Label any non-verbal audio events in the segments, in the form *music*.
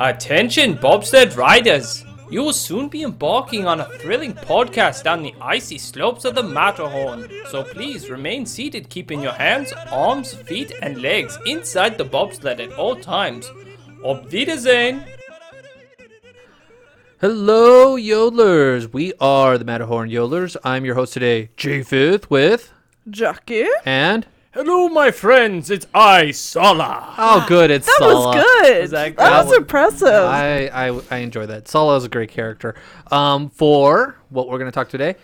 Attention, bobsled riders! You will soon be embarking on a thrilling podcast down the icy slopes of the Matterhorn, so please remain seated, keeping your hands, arms, feet, and legs inside the bobsled at all times. Auf Wiedersehen! Hello, yodelers. We are the Matterhorn Yodelers. I'm your host today, J Fifth, with Jockey? and Hello, my friends, it's I, Sala! oh, good. It's That Sala. was good. Was that that, good? was impressive. I, I I enjoy that. Sala is a great character. Um, for what we're gonna talk today,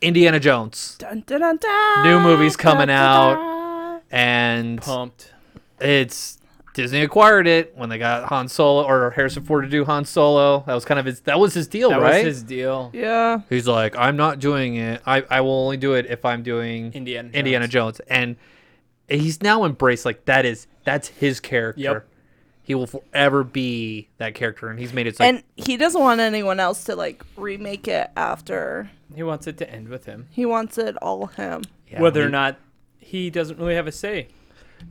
Indiana Jones. Dun, dun, dun, dun, New movie's coming out. dun. and Pumped. it's Disney acquired it when they got Han Solo or Harrison Ford to do Han Solo. That was kind of his. That was his deal, That right? was his deal. Yeah. He's like, I'm not doing it. I, I will only do it if I'm doing Indiana Jones. Indiana Jones. And he's now embraced like that is that's his character. Yep. He will forever be that character, and he's made it. So And he doesn't want anyone else to like remake it after. He wants it to end with him. He wants it all him. Whether or not he doesn't really have a say,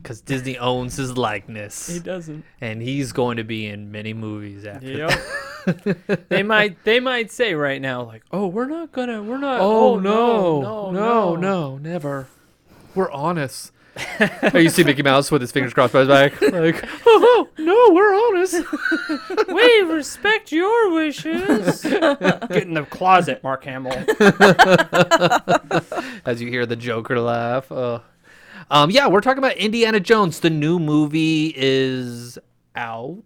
because Disney owns his likeness, he doesn't. and he's going to be in many movies after. that. *laughs* Yep. they might they might say right now like, "Oh, we're not gonna we're not Oh, no, no, no, *laughs* never. We're honest. oh, you see Mickey Mouse with his fingers crossed by *laughs* his back, like, oh, no, we're honest. We respect your wishes." *laughs* Get in the closet, Mark Hamill. As you hear the Joker laugh. Oh. Um, yeah, we're talking about Indiana Jones. The new movie is out.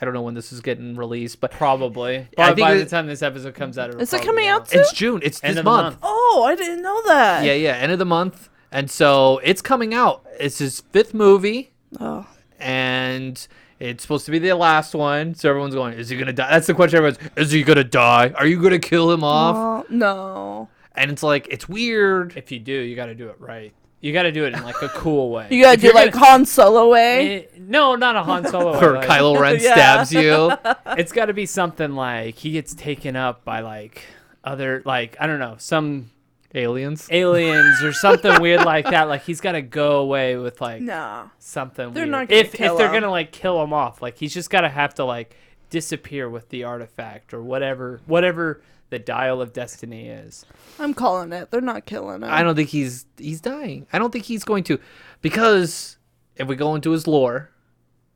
I don't know when this is getting released, but Probably. I By, think by it- the time this episode comes out, it'll Is it probably coming be out soon? it's June. It's End this of the month. oh, I didn't know that. Yeah, yeah, end of the month. And so it's coming out. It's his fifth movie. Oh. and it's supposed to be the last one. So everyone's going, "Is he gonna die?" That's the question. Everyone's, "Is he gonna die? Are you gonna kill him off?" Oh, no. And it's like it's weird. If you do, you got to do it right. You got to do it in like a cool way. You gotta If do you're like gonna- Han Solo way. Eh, no, not a Han *laughs* Solo. Or like- Kylo Ren Yeah. stabs you. it's got to be something like he gets taken up by like other like I don't know some Aliens. aliens or something weird like that. Like he's got to go away with like No. something. They're weird. not gonna if kill if they're him. gonna like kill him off, like he's just got to have to like disappear with the artifact or whatever whatever the dial of destiny is. I'm calling it. They're not killing him. I don't think he's he's dying. I don't think he's going to, because if we go into his lore,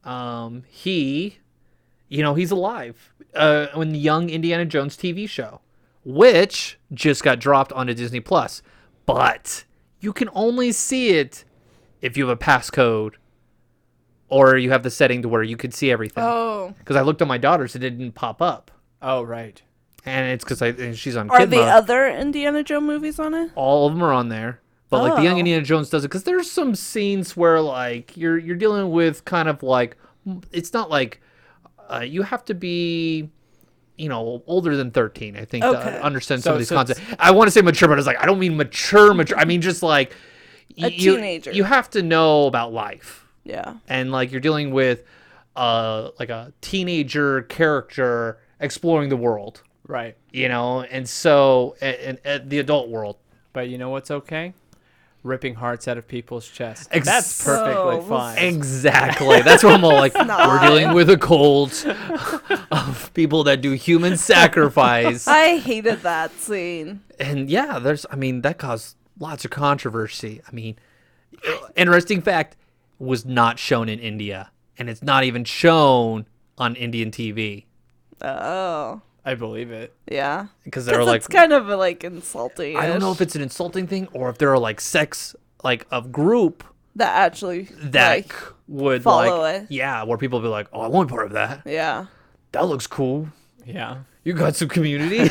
um, he, you know, he's alive. Uh, in the young Indiana Jones TV show, which just got dropped onto Disney Plus, but you can only see it if you have a passcode, or you have the setting to where you could see everything. Oh. Because I looked on my daughter's, it didn't pop up, Oh right. and it's because I and she's on. Are kid the mode other Indiana Jones movies on it? all of them are on there. But like the young Oh. Indiana Jones does it because there's some scenes where like you're you're dealing with kind of like m- it's not like uh, you have to be you know older than 13 I think Okay. to understand So- some of these so it's- concepts. I want to say mature, but it's like I don't mean mature mature. I mean just like A you- teenager. You have to know about life Yeah. and like you're dealing with uh like a teenager character exploring the world, Right. you know, and so and, and the adult world. But you know what's okay? Ripping hearts out of people's chests. Ex- That's perfectly So- fine. Exactly. That's what I'm all like. not. We're dealing with a cult *laughs* of people that do human sacrifice. I hated that scene. And yeah, there's, I mean, that caused lots of controversy. I mean, interesting fact was not shown in India, and it's not even shown on Indian TV Oh. I believe it. Yeah. because they're Because like, it's kind of like insulting. I don't know if it's an insulting thing or if there are like sex, like of group that actually that like, would follow like, it. yeah, where people be like, oh, I want part of that. yeah. That looks cool. Yeah. you got some *laughs* community.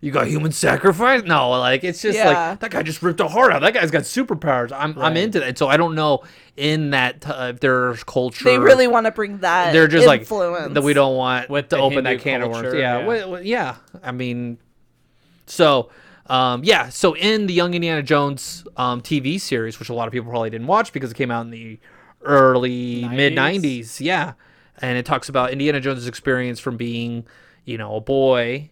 you got human sacrifice. No, like it's just Yeah. like that guy just ripped a heart out. That guy's got superpowers. I'm I'm Right. into that. So I don't know in that t- uh, if there's culture. They really want to bring that. they're just influence. like that. We don't want With to the open that Hindu can of worms. culture, Yeah, yeah. yeah. yeah. I mean, so. Um, yeah, so in the Young Indiana Jones um, TV series, which a lot of people probably didn't watch because it came out in the early mid 90s, yeah, and it talks about Indiana Jones' experience from being, you know, a boy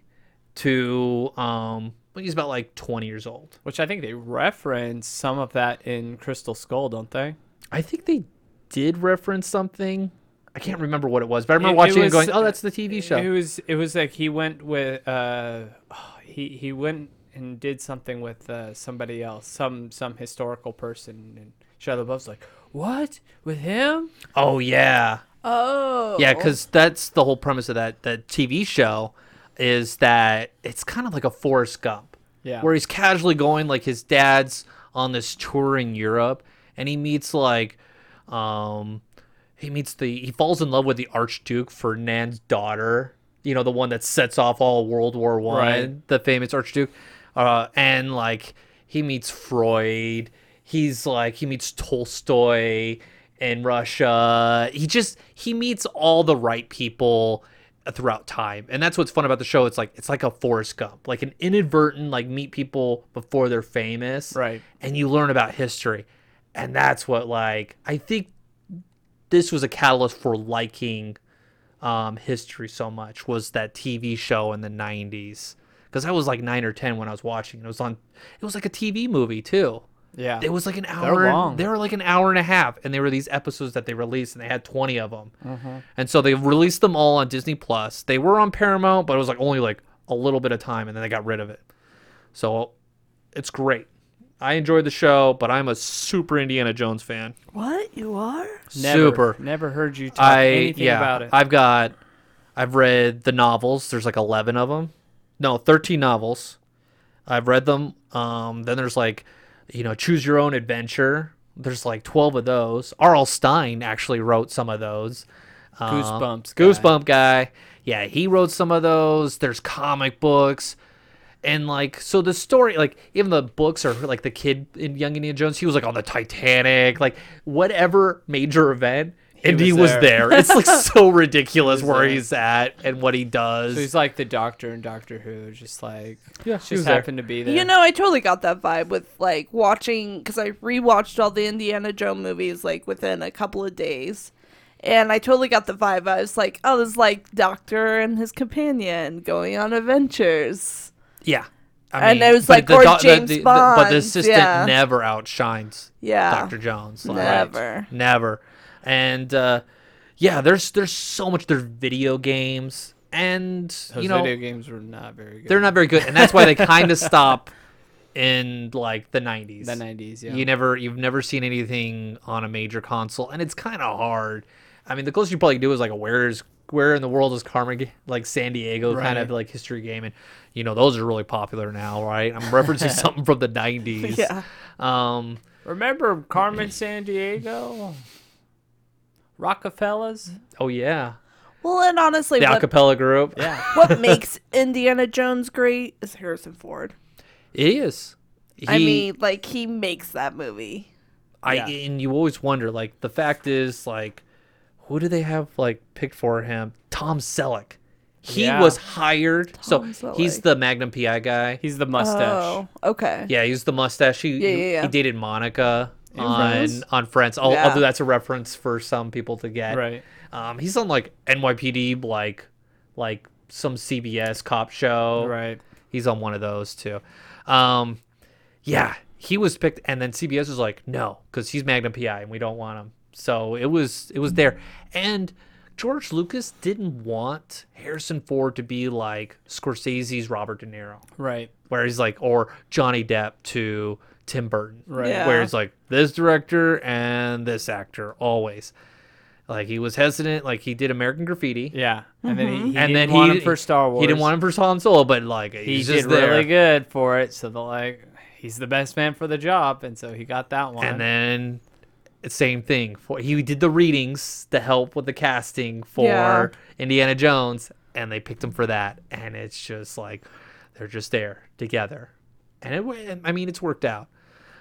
to um, I think he's about like 20 years old. Which I think they reference some of that in Crystal Skull, don't they? I think they did reference something. I can't remember what it was, but I remember It- it watching it, and was- going, "Oh, that's the TV show." It was it was like he went with uh he he went and did something with uh, somebody else, some some historical person and Shia LaBeouf's like, "What? With him?" oh yeah, Oh. yeah, because that's the whole premise of that that TV show is that it's kind of like a Forrest Gump, Yeah. where he's casually going like his dad's on this tour in Europe, and he meets like, um, he meets the he falls in love with the Archduke Ferdinand's daughter, you know, the one that sets off all World War One, Right. the famous Archduke, uh, and like he meets Freud, he's like he meets Tolstoy in Russia. He just he meets all the right people throughout time, and that's what's fun about the show. It's like it's like a Forrest Gump, like an inadvertent like meet people before they're famous, Right. and you learn about history. And that's what like I think this was a catalyst for liking um, history so much was that TV show in the '90s because I was like nine or ten when I was watching. It was on. It was like a TV movie too. Yeah. It was like an hour. long. They were like an hour and a half, and they were these episodes that they released, and they had twenty of them. And so they released them all on Disney Plus. They were on Paramount, but it was like only like a little bit of time, and then they got rid of it. So it's great. I enjoyed the show, but I'm a super Indiana Jones fan. What you are? Never, super. Never heard you talk I anything yeah, about it. I've got, I've read the novels. There's like eleven of them, no, thirteen novels. I've read them. Um, then there's like, you know, choose your own adventure. There's like twelve of those. R.L. Stein actually wrote some of those. Um, Goosebumps guy. Goosebump guy. Yeah, he wrote some of those. There's comic books. And like so, the story, like even the books are like the kid in Young Indiana Jones. He was like on the Titanic, like whatever major event, and was he was there. there *laughs* there. It's like so ridiculous He was where there. he's at and what he does. so he's like the Doctor and Doctor Who, just like Yeah, he was just there. happened to be there. You know, I totally got that vibe with like watching because I rewatched all the Indiana Jones movies like within a couple of days, and I totally got the vibe. I was like, oh, this is like Doctor and his companion going on adventures. yeah. And it was but like, or doc- James but Bond, the assistant yeah. never outshines Yeah, Dr. Jones. Like, Never. Never. And uh, yeah, there's there's so much there's video games and Those you know video games were not very good. they're not very good and that's why they kind of stop in like the 90s. the nineties. Yeah. You never you've never seen anything on a major console, and it's kind of hard. I mean, the closest you probably do is like a where's where in the world is Carmen like San Diego kind of Right. like history game, and you know those are really popular now, right? I'm referencing something from the '90s. Yeah. Um, Remember Carmen San Diego? Rockefellers? oh yeah, Well, and honestly, the what, acapella group. Yeah. *laughs* what makes Indiana Jones great is Harrison Ford. it is. He, I mean, like he makes that movie. I yeah. and you always wonder. Like the fact is, like, who do they have like picked for him? Tom Selleck. He Yeah. was hired. Tom so he's Selleck. the Magnum PI guy. He's the mustache. Oh, okay. Yeah, he used the mustache. He, Yeah, he, yeah, yeah. he dated Monica on Friends? on Friends. Al- Yeah. Although that's a reference for some people to get. Right. Um, he's on like NYPD, like like some CBS cop show. Right. He's on one of those too. Um, yeah, he was picked, and then CBS was like, no, because he's Magnum PI, and we don't want him. So it was it was there, and George Lucas didn't want Harrison Ford to be like Scorsese's Robert De Niro Right. where he's like, or Johnny Depp to Tim Burton, Right. Yeah. where it's like this director and this actor always. Like he was hesitant. Like he did American Graffiti, Yeah. And then he, he and didn't then want he him for Star Wars. He didn't want him for Han Solo, but like He he's did just there. really good for it, so they're like, he's the best man for the job, and so he got that one. And then same thing for he did the readings to help with the casting for Yeah. Indiana Jones, and they picked him for that. And it's just like they're just there together, and it. wa- I mean, it's worked out.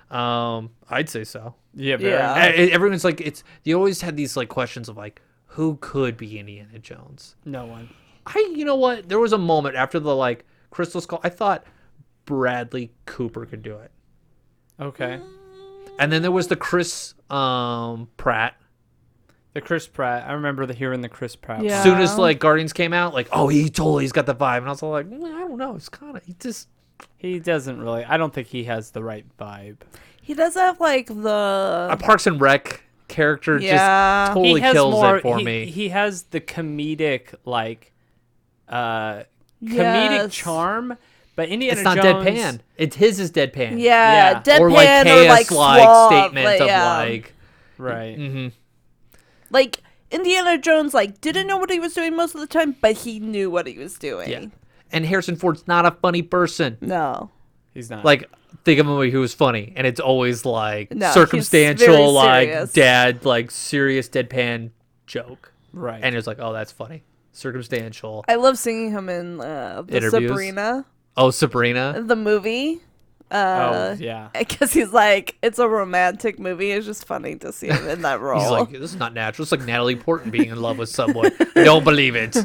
Um, I'd say so. yeah, very- Yeah. Uh, e- everyone's like it's they always had these like questions of like who could be indiana jones no one. i you know what there was a moment after the like crystal skull i thought bradley cooper could do it Okay. and then there was the chris um pratt The Chris Pratt. I remember the hearing the Chris Pratt. Yeah. as soon as like guardians came out like oh he totally has got the vibe and i was all like "Mm, i don't know it's kind of he just He doesn't really. I don't think he has the right vibe. He does have like the a parks and rec character Yeah. He just totally he has kills more, it for he, me. He has the comedic like uh comedic Yes. charm, but Indiana it's not Jones deadpan. It's his is deadpan. Yeah, Yeah. deadpan or like chaos like suave, statement like, of yeah. like mm-hmm. Right. like Indiana Jones like didn't know what he was doing most of the time, but he knew what he was doing. yeah. And Harrison Ford's not a funny person. No. He's not. Like think of a movie who was funny, and it's always like No, he's very circumstantial, like serious. dad, like serious deadpan joke, right. and it's like oh that's funny, circumstantial. I love seeing him in uh, the Interviews? Sabrina Oh Sabrina, the movie. Uh, oh, yeah. Because he's like, it's a romantic movie. It's just funny to see him in that *laughs* role. he's like this is not natural. It's like Natalie Portman being in love with someone. *laughs* Don't believe it.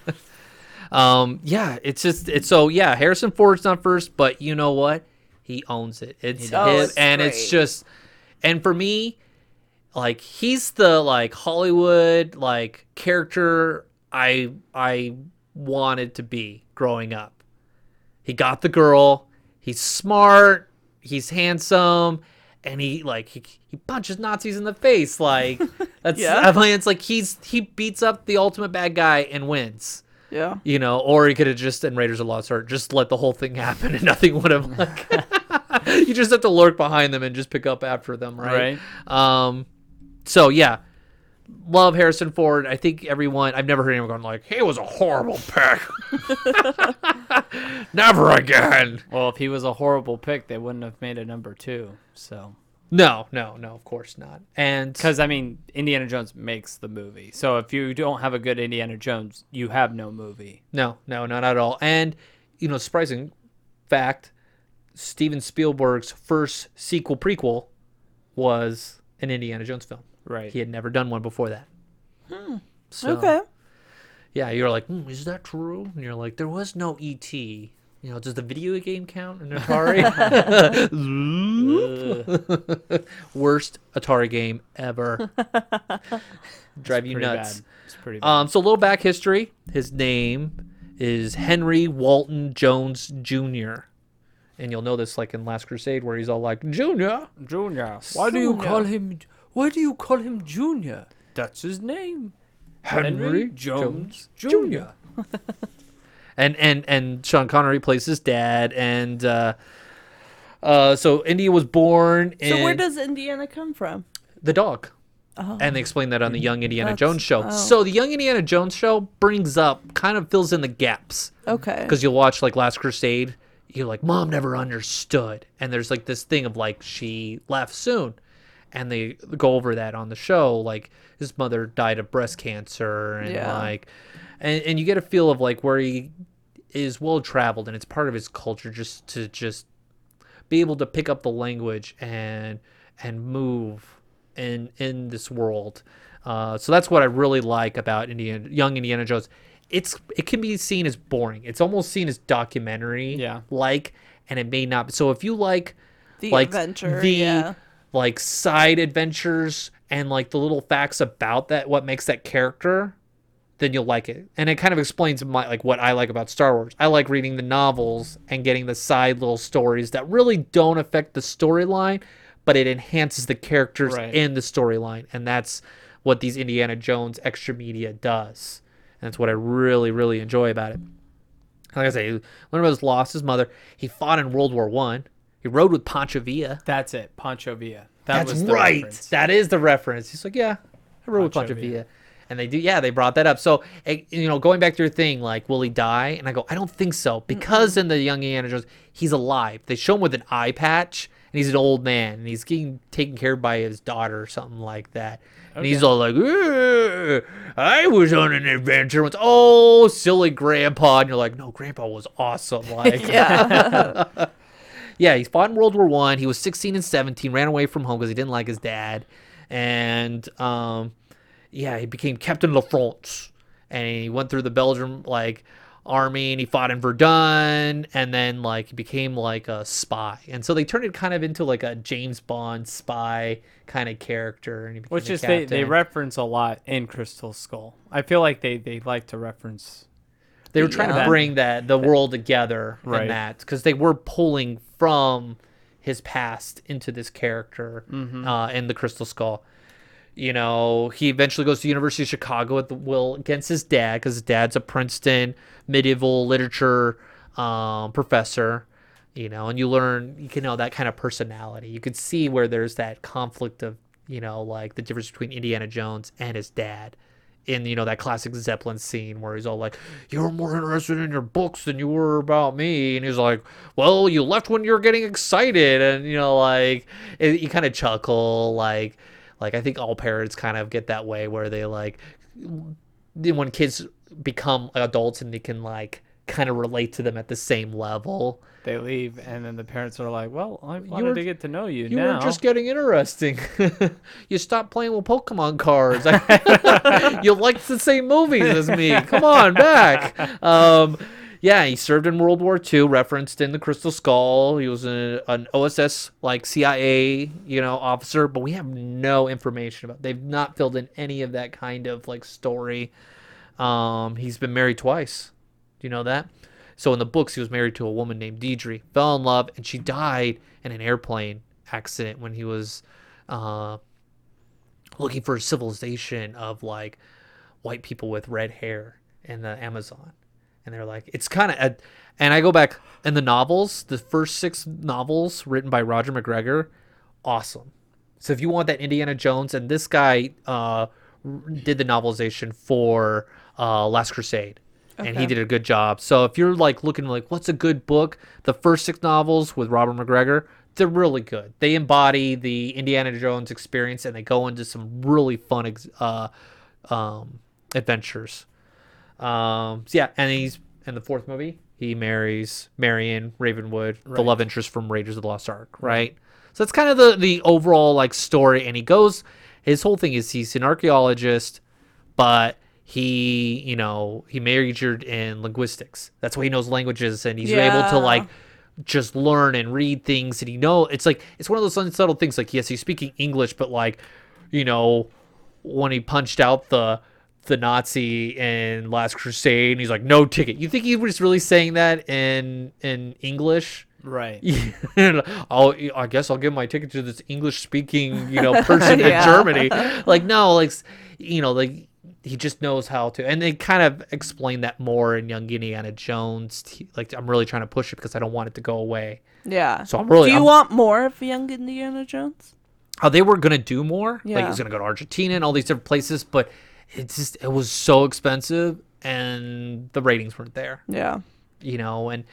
*laughs* um, yeah, it's just it's so yeah. Harrison Ford's not first, but you know what? He owns it. It's does. Oh, his, it's and it's great. just and for me, like he's the like Hollywood like character I I wanted to be growing up. He got the girl. He's smart. He's handsome. And he like he, he punches Nazis in the face *laughs* like that's *laughs* Yeah. I mean, it's like he's he beats up the ultimate bad guy and wins yeah. you know, or he could have just in Raiders of the Lost Ark just let the whole thing *laughs* happen and nothing would have like. *laughs* you just have to lurk behind them and just pick up after them, right? Um, so yeah, love Harrison Ford. I think everyone I've never heard anyone going like he was a horrible pick. *laughs* never again. Well, if he was a horrible pick, they wouldn't have made a number two. So, No, no, no. Of course not. And because I mean, Indiana Jones makes the movie. So if you don't have a good Indiana Jones, you have no movie. No, no, not at all. And you know, surprising fact: Steven Spielberg's first sequel prequel was an Indiana Jones film. Right. He had never done one before that. So, Okay. Yeah, you're like, hmm, is that true? And you're like, there was no ET. You know, does the video game count in *laughs* Hmm? Atari? Worst Atari game *laughs* ever. Drive you pretty nuts. bad. It's pretty bad. Um, so a little back history. His name is Henry Walton Jones Jr. And you'll know this like in Last Crusade where he's all like, Junior. Junior. Um, Why do you call him? Why do you call him Junior? That's his name. Henry Jones Junior. And and and Sean Connery plays his dad and uh uh, so India was born in So where does Indiana come from? the dog, and they explain that on the Young Indiana That's- Jones show. oh. So the Young Indiana Jones show brings up, kind of fills in the gaps. Okay. because you'll watch like Last Crusade, you're like, Mom never understood, and there's like this thing of like she left soon, and they go over that on the show. Like his mother died of breast cancer, and Yeah. like, and and you get a feel of like where he is well traveled, and it's part of his culture just to just be able to pick up the language and and move in in this world. Uh, so that's what I really like about Indiana, young Indiana Jones. It's it can be seen as boring. It's almost seen as documentary Yeah. like, and it may not. So if you like The like adventure. the *laughs* yeah. like side adventures and like the little facts about that, what makes that character, then you'll like it. And it kind of explains my like what I like about Star Wars. I like reading the novels and getting the side little stories that really don't affect the storyline, but it enhances the characters Right. in the storyline, and that's what these Indiana Jones extra media does. And that's what I really really enjoy about it. Like I say, Leonard was lost his mother. He fought in World War One. He rode with Pancho Villa. That's it. Pancho Villa. That That's was the right. reference. That is the reference. He's like, yeah, I wrote with Pancho Pancho Villa. And they do, yeah, they brought that up. So, eh, you know, going back to your thing, like, will he die? And I go, I don't think so. Because in the Young Indiana Jones, he's alive. They show him with an eye patch, and he's an old man, and he's getting taken care of by his daughter or something like that. And he's all like, "Eh, I was on an adventure once. Oh, silly grandpa. And you're like, no, grandpa was awesome. *laughs* Like, yeah, he fought in World War One. He was 16 and 17, ran away from home because he didn't like his dad, and um, yeah, he became Captain La France, and he went through the Belgium like army, and he fought in Verdun, and then like he became like a spy, and so they turned it kind of into like a James Bond spy kind of character, and he became Which the is they, they captain. reference a lot in Crystal Skull. I feel like they, they like to reference. They were trying Yeah. to bring that the world together in Right. that because they were pulling from his past into this character Mm-hmm. uh, in the Crystal Skull. You know, he eventually goes to University of Chicago at the will against his dad because his dad's a Princeton medieval literature um, professor. You know, and you learn you can know that kind of personality. You could see where there's that conflict of you know like the difference between Indiana Jones and his dad in you know that classic Zeppelin scene where he's all like, "You were more interested in your books than you were about me," and he's like, "Well, you left when you were getting excited," and you know like it, you kind of chuckle like like I think all parents kind of get that way where they like then when kids become adults and they can like kind of relate to them at the same level. They leave, and then the parents are like, "Well, I wanted were- to get to know you, You now." were just getting interesting. *laughs* you stopped playing with Pokemon *laughs* cards. *laughs* you liked the same movies as me. Come on back. Um, yeah, he served in World War II, referenced in the Crystal Skull. He was a, an OSS like CIA, you know, officer, but we have no information about. They've not filled in any of that kind of like story. Um, he's been married twice. Do you know that? So in the books, he was married to a woman named Deidre, fell in love, and she died in an airplane accident when he was uh, looking for a civilization of like white people with red hair in the Amazon. And they're like, it's kind of, a, and I go back in the novels, the first six novels written by Roger McGregor, awesome. So if you want that Indiana Jones, and this guy uh, r- did the novelization for uh, Last Crusade, and he did a good job. So if you're like looking like what's a good book, the first six novels with Robert McGregor, they're really good. They embody the Indiana Jones experience, and they go into some really fun ex- uh, um, adventures. Um, so yeah, and he's in the fourth movie. He marries Marion Ravenwood, the love interest from Raiders of the Lost Ark, right? So that's kind of the the overall like story. And he goes, his whole thing is he's an archaeologist, but he you know he majored in linguistics. That's why he knows languages, and he's able to Yeah. like just learn and read things and he know it's like it's one of those unsubtle things like yes he's speaking english but like you know when he punched out the the nazi in last crusade and he's like no ticket you think he was really saying that in in english right. *laughs* I'll, I guess I'll give my ticket to this English speaking, you know, person Yeah. in Germany. Like, no, like, s- you know, like he just knows how to. And they kind of explain that more in Young Indiana Jones. T- Like, I'm really trying to push it because I don't want it to go away. Yeah. So I'm really, Do you I'm- want more of Young Indiana Jones? oh, they were gonna do more. Like he Yeah. was gonna go to Argentina and all these different places, but it just it was so expensive and the ratings weren't there. Yeah. You know, and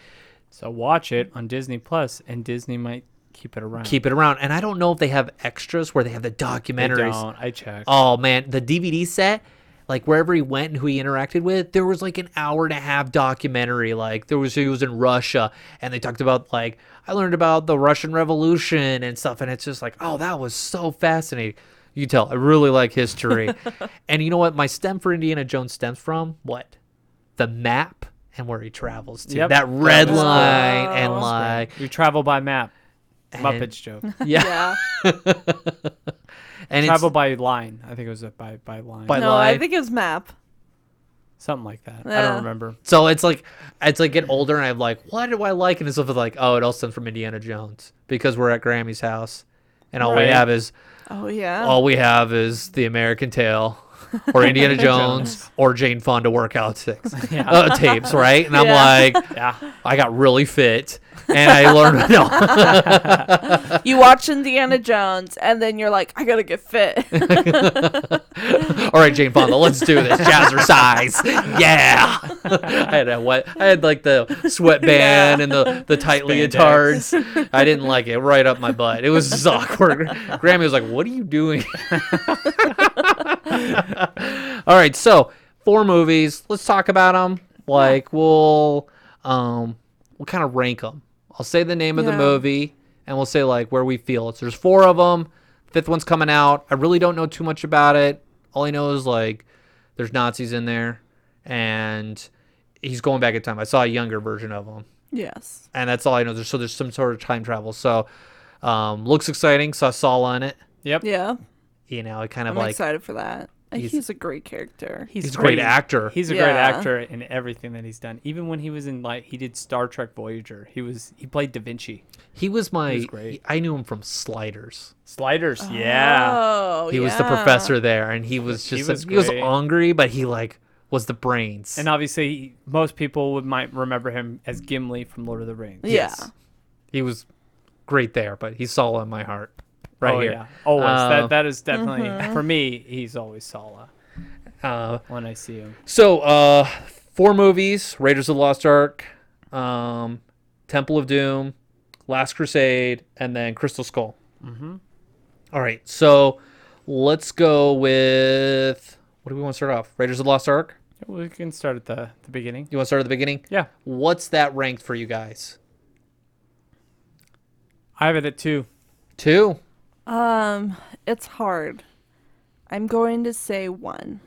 So watch it on Disney Plus, and Disney might keep it around. keep it around. And I don't know if they have extras where they have the They documentaries. don't. I checked. Oh man, the DVD set, like wherever he went and who he interacted with, there was like an hour and a half documentary. Like there was he was in Russia and they talked about like I learned about the Russian Revolution and stuff, and it's just like, oh, that was so fascinating. You tell I really like history. and you know what? My stem for Indiana Jones stems from what? The map and where he travels to. Yep. That red That was line great. and That was *laughs* like You travel by map. And- Muppets joke. yeah. Yeah. And travel it's, by line. I think it was a by by line. By- I no, lied. I think it was map. Something like that. I Yeah. don't *laughs* remember. *laughs* So it's like as I get older and I'm like, what do I like? And it's sort of like, oh, it all stems from Indiana Jones because we're at Grammy's house, and all we Right. have is Oh yeah. all we have is the American Tale, or Indiana Jones, or Jane Fonda workout six Yeah. uh, tapes, right? And I'm Yeah. like, Yeah. I got really fit, and I learned no, Oh. you watch Indiana Jones and then you're like, I gotta *laughs* get fit. all right, Jane Fonda, let's do this jazzercise, yeah. *laughs* I had a what? I had like the sweatband and the the tight Spandex. leotards. I didn't like it right up my butt. It was just awkward. Grammy was like, "What are you doing?" All right, so four movies. Let's talk about them. Like we'll um we'll kind of rank them. I'll say the name of the Yeah. movie and we'll say like where we feel it. So there's four of them. Fifth one's coming out. I really don't know too much about it. All I know is like there's Nazis in there and he's going back in time. I saw a younger version of him yes. and that's all I know. There's, so there's some sort of time travel. So um looks exciting. Saw Saul on it. Yep. Yeah. You know, it kind of I'm like excited for that. He's, He's- a great character. He's a great great actor. He's a great Yeah. actor in everything that he's done. Even when he was in like he did Star Trek Voyager, he was he played Da Vinci. He was my. was great. I knew him from Sliders. Sliders, Oh. yeah. Oh, He was the yeah. professor there, and he was He just was he was great. angry, but he like was the brains. And obviously, most people would might remember him as Gimli from Lord of the Rings. Yeah. he was great there, but he's Sala in my heart, right oh, here. Yeah. Oh. Always. Uh, that that is definitely Mm-hmm. for me. He's always Sala Uh, when I see him. so uh, four movies: Raiders of the Lost Ark, um, Temple of Doom, Last Crusade, and then Crystal Skull. Mm-hmm. right, so let's go with what do we want to start off? Raiders of the Lost Ark. We can start at the the beginning. You want to start at the beginning? Yeah, What's that ranked for you guys? I have it at two. Two. Um, it's hard. I'm going to say one.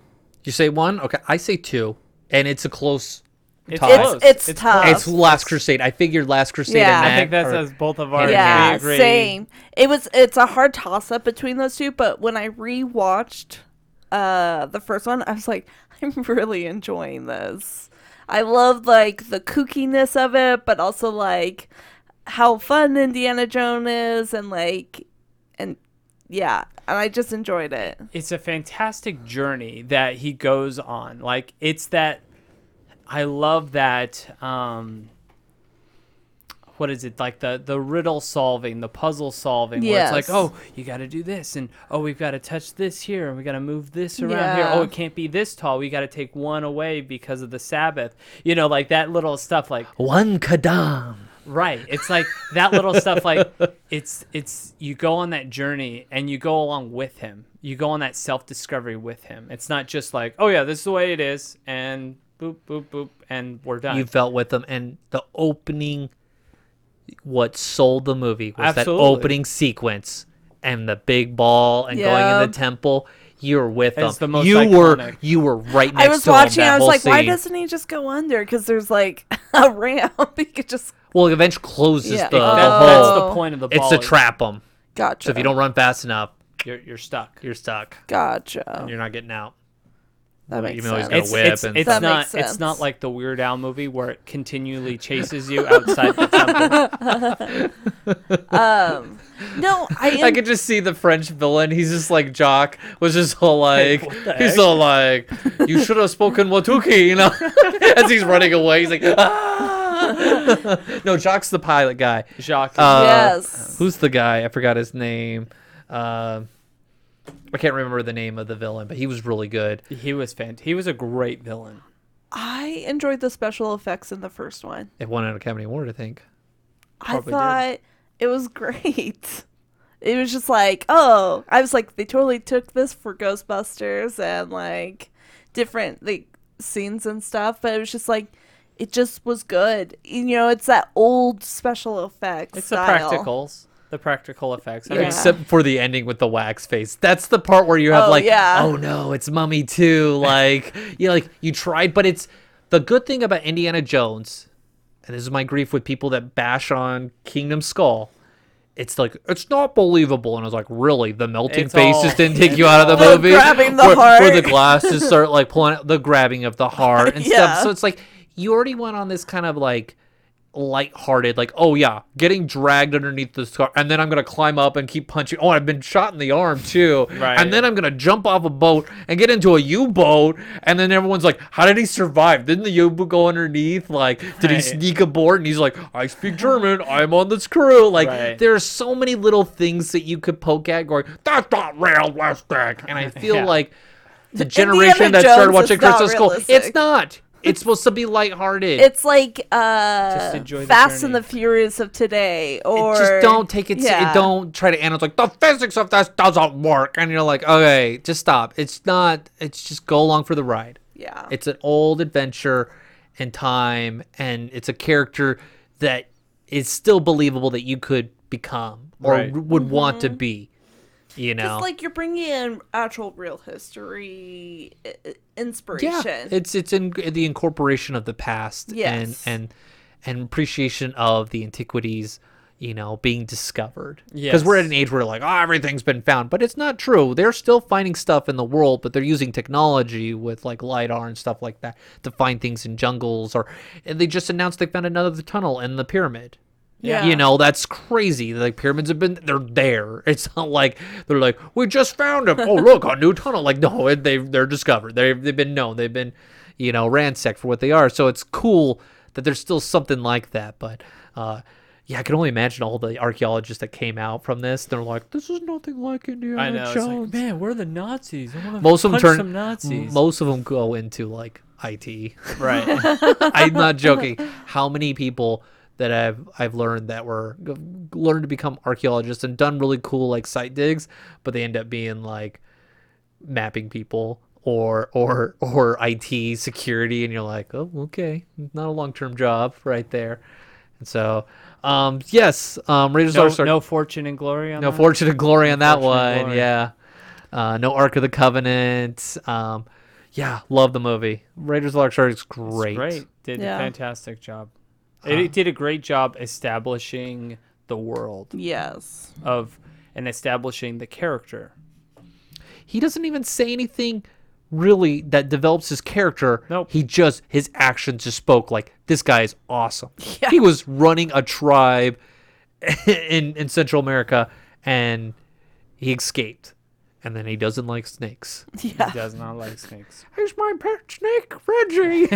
You say one? Okay, I say two, and it's a close. It's Tough. close. It's it's, tough. It's Last Crusade. I figured Last Crusade. Yeah. and I think that that's are- as both of ours. yeah, we agree. same. It was. It's a hard toss up between those two. But when I rewatched uh, the first one, I was like, *laughs* I'm really enjoying this. I love like the kookiness of it, but also like how fun Indiana Jones is, and like, and yeah, and I just enjoyed it. it's a fantastic journey that he goes on. Like it's that I love that um what is it like the the riddle solving, the puzzle solving where it's Yes. like, "Oh, you got to do this and oh, we've got to touch this here and we got to move this around here. Yeah. Oh, it can't be this tall. We got to take one away because of the Sabbath." You know, like that little stuff like one kadam. Right. It's like that little stuff *laughs* like it's it's you go on that journey and you go along with him. You go on that self-discovery with him. It's not just like, "Oh yeah, this is the way it is." And boop boop boop and we're done. you felt with them and the opening what sold the movie was Absolutely. that opening sequence and the big ball and going in Yeah. the temple you're with It's them the most you were iconic. you were right next I was to 'em watching. that I was whole like, why scene." doesn't he just go under? Because there's like *laughs* a ramp. *laughs* he could just well it eventually closes Yeah. the, the It- That- Oh. That's hole the point of the ball. it's to is trap them gotcha. so if you don't run fast enough You're, you're stuck. you're stuck gotcha. you're not getting out That makes even though he's sense. got a It's, whip it's, and it's That not makes it's not sense. like the Weird Al movie where it continually chases you outside the *laughs* temple. Um, no, *laughs* I I. am- could just see the French villain. He's just like Jock was just all like, what the he's heck? all like, *laughs* you should have spoken Watuki, you know. *laughs* As he's running away, he's like, ah! *laughs* no, Jock's the pilot guy. Jacques. is- Uh, yes. Who's the guy? I forgot his name. Uh, I can't remember the name of the villain, but he was really good. he was fant- He was a great villain. I enjoyed the special effects in the first one. It won an Academy Award, I think. Probably did. I thought it was *laughs* great. It was just like, oh, I was like, they totally took this for Ghostbusters and like different like scenes and stuff, but it was just like, it just was good. You know, it's that old special effects. It's style. the practicals, the practical effects. I mean, Yeah. Except for the ending with the wax face. That's the part where you have Oh, like, yeah. oh no, it's Mummy *laughs* too. Like, you like you tried, but it's the good thing about Indiana Jones, and this is my grief with people that bash on Kingdom Skull. It's like it's not believable, and I was like, really, the melting It's face all- just didn't take you out of the *laughs* The movie. grabbing the where, where the heart. glasses start like pulling out the grabbing of *laughs* the heart and Yeah. stuff. So it's like you already went on this kind of like lighthearted, like, oh yeah, getting dragged underneath the scar, and then I'm gonna climb up and keep punching. Oh, I've been shot in the arm too, *laughs* Right. and then I'm gonna jump off a boat and get into a U-boat, and then everyone's like, how did he survive? Didn't the U-boat go underneath? Like, did he Right. sneak aboard? And he's like, I speak German, I'm on this crew. Like, Right. there are so many little things that you could poke at, going, that's not realistic, *laughs* and I feel Yeah. like the generation that started Jones watching is not Crystal Skull, it's realistic. not. It's supposed to be lighthearted. It's like uh, enjoy the Fast journey. and the Furious of today, It or just don't take it. se- Yeah. It don't try to analyze like the physics of this doesn't work, and you're like, okay, just stop. It's not. It's just go along for the ride. Yeah, It's an old adventure in time, and it's a character that is still believable that you could become or Right. would want to be. You know, Mm-hmm. Just like you're bringing in actual real history i- i- yeah, inspiration. it's it's in the incorporation of the past Yes. and and and appreciation of the antiquities. you know, being discovered. Yes. Because we're at an age where like, oh, everything's been found, but it's not true. They're still finding stuff in the world, but they're using technology with like lidar and stuff like that to find things in jungles. Or and they just announced they found another tunnel in the pyramid. Yeah. You know, that's crazy. Like pyramids have been they're there. *laughs* It's not like they're like, we just found them. Oh, look, a new tunnel. Like, no, it, they they're discovered. They they've been known. They've been, you know, ransacked for what they are. So it's cool that there's still something like that, but uh yeah, I can only imagine all the archaeologists that came out from this. They're like, "This is nothing like Indiana I know. It's Jones." like, man, we're the Nazis. I want to most of them punch turn. some Nazis. Most of them go into like IT. *laughs* right. I'm not joking. How many people that I've I've learned that were learned to become archaeologists and done really cool like site digs, but they end up being like mapping people or or or IT security, and you're like, oh, okay, not a long term job right there. And so, um, yes, um, Raiders No, are start- no fortune and glory on no that? fortune and glory on that Fortune and one. Glory. Yeah. Uh, no Ark of the Covenant. Um, yeah, love the movie. Raiders of the Lost Ark is It's great. Great. Did Yeah. a fantastic job. It, it did a great job establishing the world *laughs* Yes. of and establishing the character. He doesn't even say anything really that develops his character. Nope. He just his actions just spoke like this guy is awesome. Yeah. He was running a tribe *laughs* in in Central America and he escaped. And then he doesn't like snakes. He does not like snakes. Here's my pet snake, *laughs* Reggie.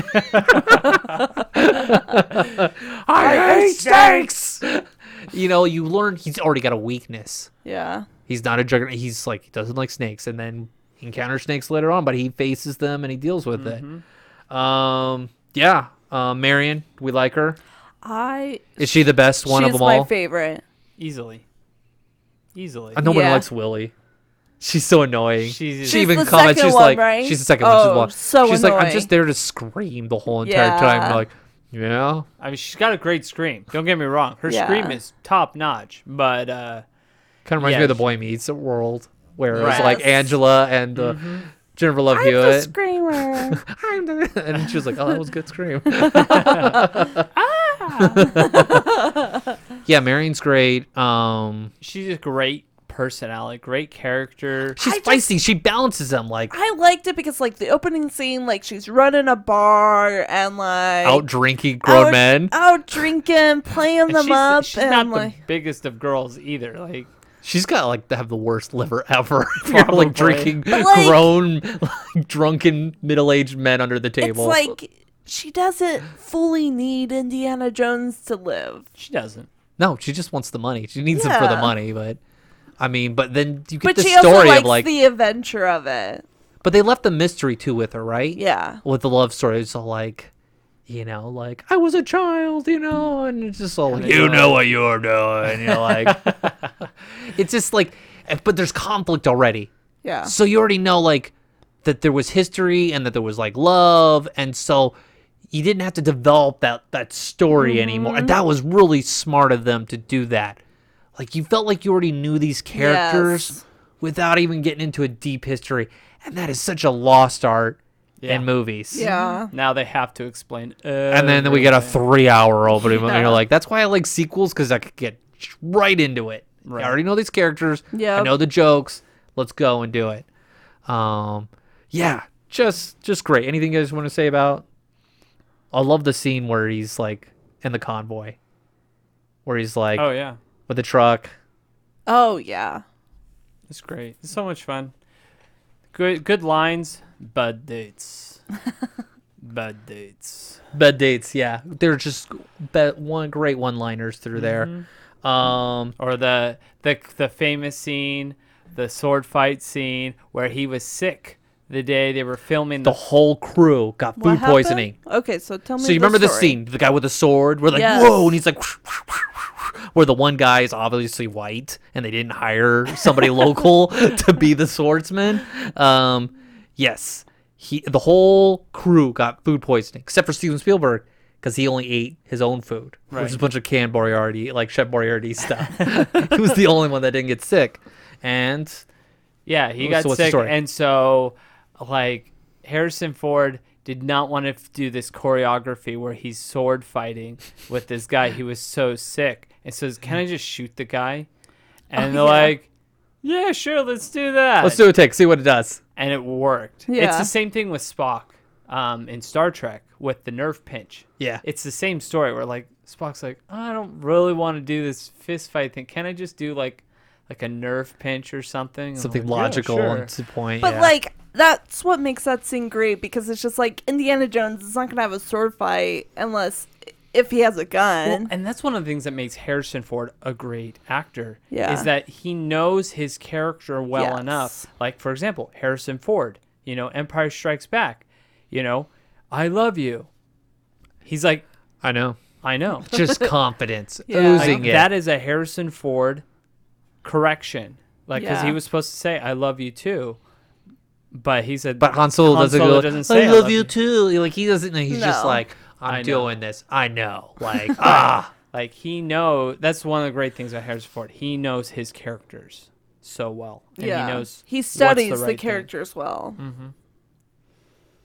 I, hate snakes. *laughs* You know, you learn he's already got a weakness. Yeah. He's not a juggernaut. He's like he doesn't like snakes, and then he encounters snakes later on, but he faces them and he deals with Mm-hmm. it. Um, yeah, uh, Marion, we like her. I. Is she the best one she's of them my all? favorite. Easily. Easily. Uh, no one Yeah. likes Willie. She's so annoying. She's- she She's even the comments. second She's one, like, right? she's the second Oh, one. She's, the so one. she's like, I'm annoying. just there to scream the whole entire time. Yeah. Like, yeah, I mean, she's got a great scream. Don't get me wrong. Her Yeah. scream is top notch, but uh, kind of reminds Yeah, me of the she- Boy Meets World, where it was Right. Mm-hmm. like Yes. Angela and uh, Jennifer Love I'm the Hewitt. screamer. *laughs* I'm the- *laughs* and she was like, "Oh, that was a good scream." Ah. yeah, Marion's great. Um, she's a great personality, great character. she's I just- feisty. she balances them like I liked it because, like, the opening scene, like, she's running a bar and, like, out drinking grown out- men. out drinking, playing And them she's, up, she's and not like, the biggest of girls either. Like, She's got like to have the worst liver *laughs* *laughs* ever for like Probably. drinking like- grown, like, drunken middle-aged men under the it's table. like she doesn't fully need Indiana Jones to live. she doesn't. no, she just wants the money. She needs them for the Yeah. money, but. I mean, but then you get But the she also story likes of like, the adventure of it. but they left the mystery too with her, right? Yeah. with the love story. It's all like, you know, like I was a child, you know, and it's just all like, it's you all- know what you're doing. You're like, *laughs* it's just like, eh, but there's conflict already, Yeah. so you already know like that there was history and that there was like love, and so you didn't have to develop that that story anymore, Mm-hmm. and that was really smart of them to do that. Like you felt like you already knew these characters Yes. without even getting into a deep history, and that is such a lost art. In movies, Yeah. Now they have to explain. Uh, and then we get a three hour opening and Yeah. you're like that's why i like sequels because i could get right into it i Right. already know these characters i Yep. know the jokes let's go and do it um yeah just just great anything you guys want to say about i love the scene where he's like in the convoy where he's like Oh yeah, with the truck Oh yeah. it's great. It's so much fun. Good, good lines. Bad *laughs* dates. Bad dates. bed dates yeah they're just bet one great one liners through Mm-hmm. there um Or the the the famous scene, the sword fight scene where he was sick the day they were filming the whole crew got What food happened? poisoning Okay, so tell me. So you remember the the scene, the guy with the sword, where like Yes. whoa, and he's like, *laughs* where the one guy is obviously white, and they didn't hire somebody *laughs* local *laughs* to be the swordsman. Um, yes, he the whole crew got food poisoning, except for Steven Spielberg, because he only ate his own food, which is a Right. bunch of canned Moriarty, like Chef Moriarty stuff. *laughs* he was the only one that didn't get sick, and Yeah, he So got what's the sick, story? and so like Harrison Ford did not want to f- do this choreography where he's sword fighting with this guy. He was so sick and says, "Can I just shoot the guy?" Oh, And they're yeah. like, "Yeah, sure, let's do that." Let's do a take, see what it does. and it worked. It's Yeah. the same thing with Spock um, in Star Trek with the nerve pinch. Yeah. It's the same story where like Spock's like, I don't really want to do this fist fight thing. Can I just do like like a nerve pinch or something? And I'm Something like, "Yeah, logical sure." and to point. But yeah. like that's what makes that scene great because it's just like Indiana Jones is not gonna have a sword fight unless if he has a Well, gun. and that's one of the things that makes Harrison Ford a great actor. Yeah. Is that he knows his character well Yes. enough. Like, for example, Harrison Ford, you know, Empire Strikes Back, you know, I love you. He's like, I know. I *laughs* know. Just confidence. Yeah. Like, Oozing it. That is a Harrison Ford correction. Like, because he Yeah. was supposed to say, I love you too. But he said, But Han Solo Han doesn't Solo go. doesn't I say, love you too. Like he doesn't. He's just No. like I'm I know. doing this. I *laughs* know. Like ah. Like, he know that's one of the great things about Harrison Ford. He knows his characters so well. And yeah, he knows he what's studies the, right thing. characters well.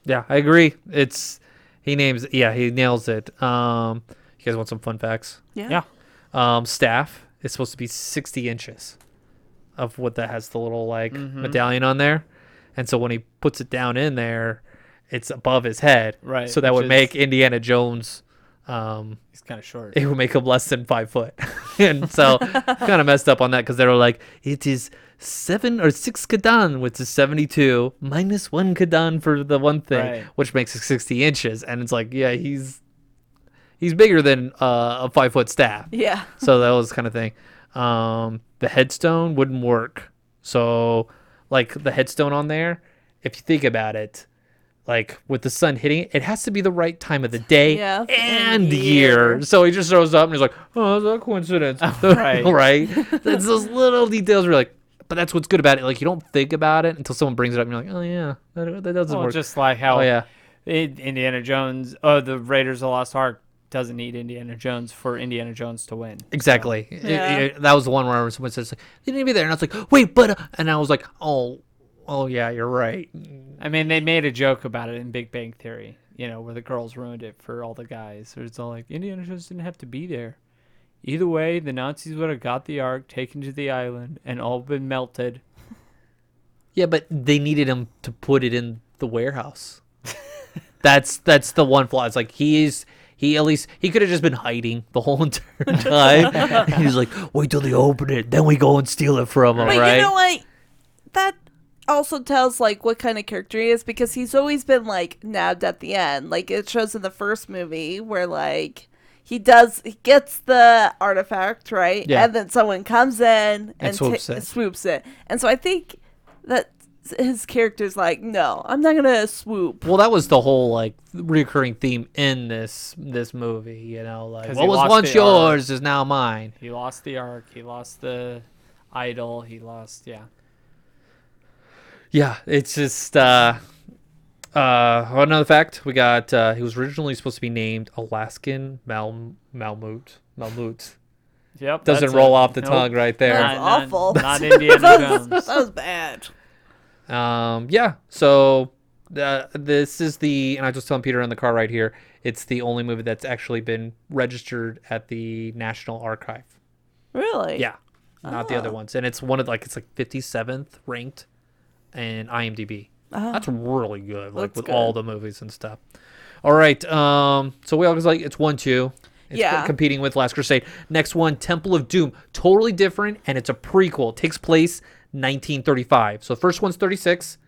Yeah, I agree. It's he names. Yeah, he nails it. Um, you guys want some fun facts? Yeah. Um, staff is supposed to be 60 inches of what that has the little like Mm-hmm. medallion on there, and so when he puts it down in there, it's above his head. Right, So that which would is- make Indiana Jones. Um, He's kind of short. it would make him less than five foot. *laughs* and so kind of messed up on that because they were like, it is seven or six kadan, which is 72, minus one kadan for the one thing, Right. which makes it 60 inches. And it's like, yeah, he's he's bigger than uh, a five foot staff. Yeah. So that was kind of thing. Um, the headstone wouldn't work. So, like the headstone on there, if you think about it, like with the sun hitting it, it has to be the right time of the day Yeah, and and year. year. So he just shows up and he's like, "Oh, that's a coincidence." *laughs* *laughs* Right. *laughs* right. That's those little details. We're like, but that's what's good about it. Like you don't think about it until someone brings it up, and you're like, "Oh yeah, that, that doesn't Well, work." just like how oh yeah. it- Indiana Jones, oh, the Raiders of the Lost Ark doesn't need Indiana Jones for Indiana Jones to win. Exactly. It- Yeah. it- that was the one where someone says, like, "They need to be there," and I was like, "Wait, but," uh," and I was like, "Oh, oh yeah, you're right." I mean, they made a joke about it in Big Bang Theory, you know, where the girls ruined it for all the guys. Where It's all like, Indiana Jones didn't have to be there. Either way, the Nazis would have got the Ark, taken to the island, and all been melted. Yeah, but they needed him to put it in the *laughs* warehouse. that's that's the one flaw. It's like he is he at least he could have just been hiding the whole *laughs* entire *laughs* time. He's like, wait till they open it, then we go and steal it from him, But right? you know what? That also tells like what kind of character he is because he's always been like nabbed at the end. Like it shows in the first movie where like he does he gets the artifact right, Yeah. and then someone comes in and, swoops ta- it. swoops it. And so I think that his character's like, no, I'm not gonna swoop. well, that was the whole like reoccurring theme in this this movie, you know, like 'Cause what he was lost once the arm. yours is now mine. He lost the Ark. He lost the idol. He lost, yeah. Yeah, it's just uh uh another fact we got uh he was originally supposed to be named Alaskan Mal Malmut Malmut. Yep. Doesn't that's roll it. off the Nope. tongue right there. That's Not- awful. *laughs* Not, not Indiana that, was, Jones. *laughs* that was bad. Um yeah, so uh, this is the and I was just telling Peter on the car right here, it's the only movie that's actually been registered at the National Archive. Really? Yeah. Not the other ones. And it's one of like it's like 57th ranked in IMDb. That's really good like That's with all the movies and stuff. All right. Um so we always like it's 1 2. It's Yeah. competing with Last Crusade. Next one Temple of Doom. Totally different and it's a prequel. It takes place 1935. So first one's 36.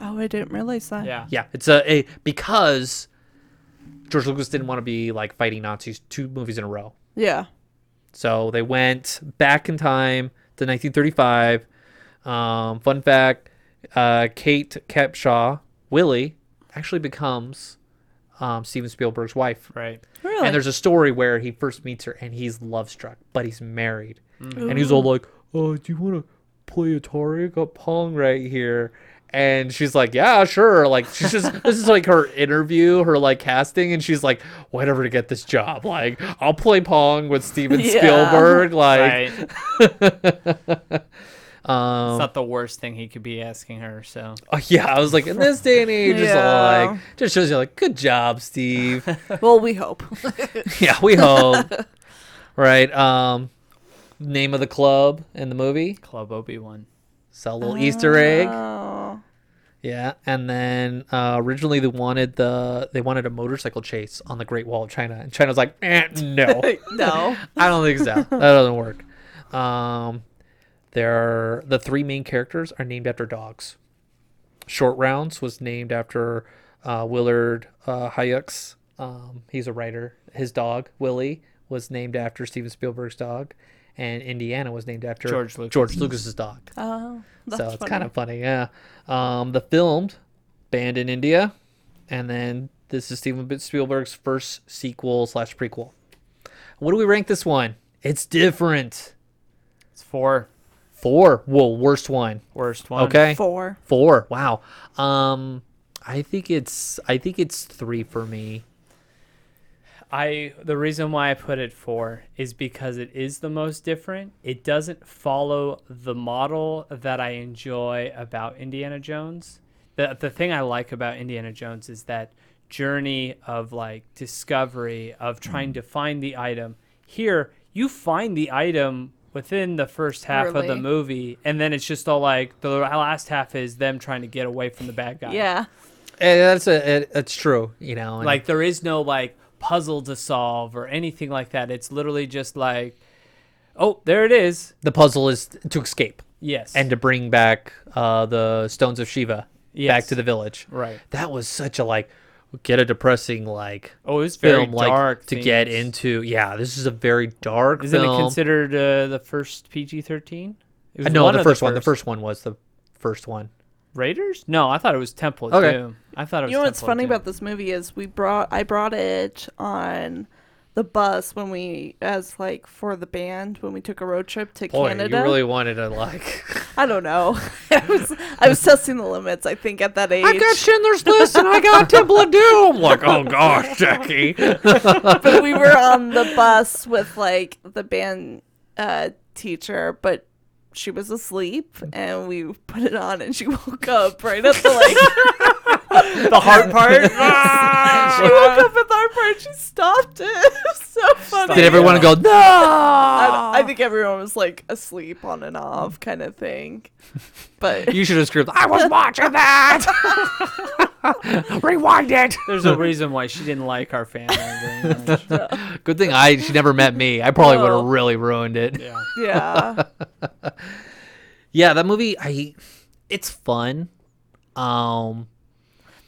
Oh, I didn't realize that. Yeah. Yeah, it's a, a because George Lucas didn't want to be like fighting Nazis two movies in a row. Yeah. So they went back in time to 1935. Um, fun fact: uh, Kate Capshaw, Willie, actually becomes um, Steven Spielberg's wife. Right. Really? And there's a story where he first meets her and he's love struck, but he's married, and he's all like, "Oh, do you want to play Atari? I got Pong right here." And she's like, "Yeah, sure." Like she's just *laughs* this is like her interview, her like casting, and she's like, "Whatever to get this job, like I'll play Pong with Steven Yeah. Spielberg." Like, Right. Um, It's not the worst thing he could be asking her. So oh, *laughs* yeah, I was like, in this day and age, it's all Yeah. like, just shows you, like, good job, Steve. *laughs* Well, we hope. yeah, we *laughs* hope. right. Um, name of the club in the movie. Club Obi Wan. Saw a little Easter egg. *laughs* Oh. Yeah, and then uh, originally they wanted the they wanted a motorcycle chase on the Great Wall of China, and China was like, eh, *laughs* no, No. I don't think so. That doesn't work. Um, there, the three main characters are named after dogs. Short Rounds was named after uh, Willard uh, Hayek's. Um, he's a writer. His dog Willie was named after Steven Spielberg's dog, and Indiana was named after George Lucas. George Lucas's dog Oh, that's so it's funny. kind of funny, yeah. Um, the filmed banned in India, and then this is Steven Spielberg's first sequel slash prequel. What do we rank this one? It's different. It's four Four. Whoa, worst one. worst one. Okay, four. four. Wow. Um, I think it's I think it's three for me. I the reason why I put it four is because it is the most different. It doesn't follow the model that I enjoy about Indiana Jones. The the thing I like about Indiana Jones is that journey of like discovery of trying to find the item. Here, you find the item within the first half of the Early. movie, and then it's just all like the last half is them trying to get away from the bad guy. Yeah. Eh, that's a it, it's true. You know, and- Like there is no like puzzle to solve or anything like that. It's literally just like, oh, there it is. the puzzle is to escape Yes. and to bring back uh, the stones of Shiva back Yes. to the village. right. that was such a like get a depressing like Oh, it's very film like dark to get themes. into yeah this is a very dark Isn't film it considered uh, the first PG thirteen? Uh, no the first one the first one was the first one Raiders? No, I thought it was Temple of Okay. Doom. I thought it was. You know what's Temple of funny Doom. about this movie is we brought I brought it on the bus when we as like for the band when we took a road trip to boy Canada. you really wanted to like *laughs* I don't know. *laughs* I was I was testing the limits. I think at that age. i got schindler's list and i *laughs* got temple of doom like oh *laughs* gosh jackie but we were on the bus with like the band uh, teacher, but she was asleep, and we put it on, and she *laughs* woke up right at the like. the hard part? *laughs* she woke up at the hard part. She stopped it. *laughs* It was so funny. did everyone go no I, I think everyone was like asleep on and off kind of thing. *laughs* *laughs* But you should have screamed i was watching that *laughs* rewind it There's a reason why she didn't like our family very *laughs* much. good thing i she never met me i probably would Oh. have ruined it Yeah. yeah, yeah that movie i it's fun um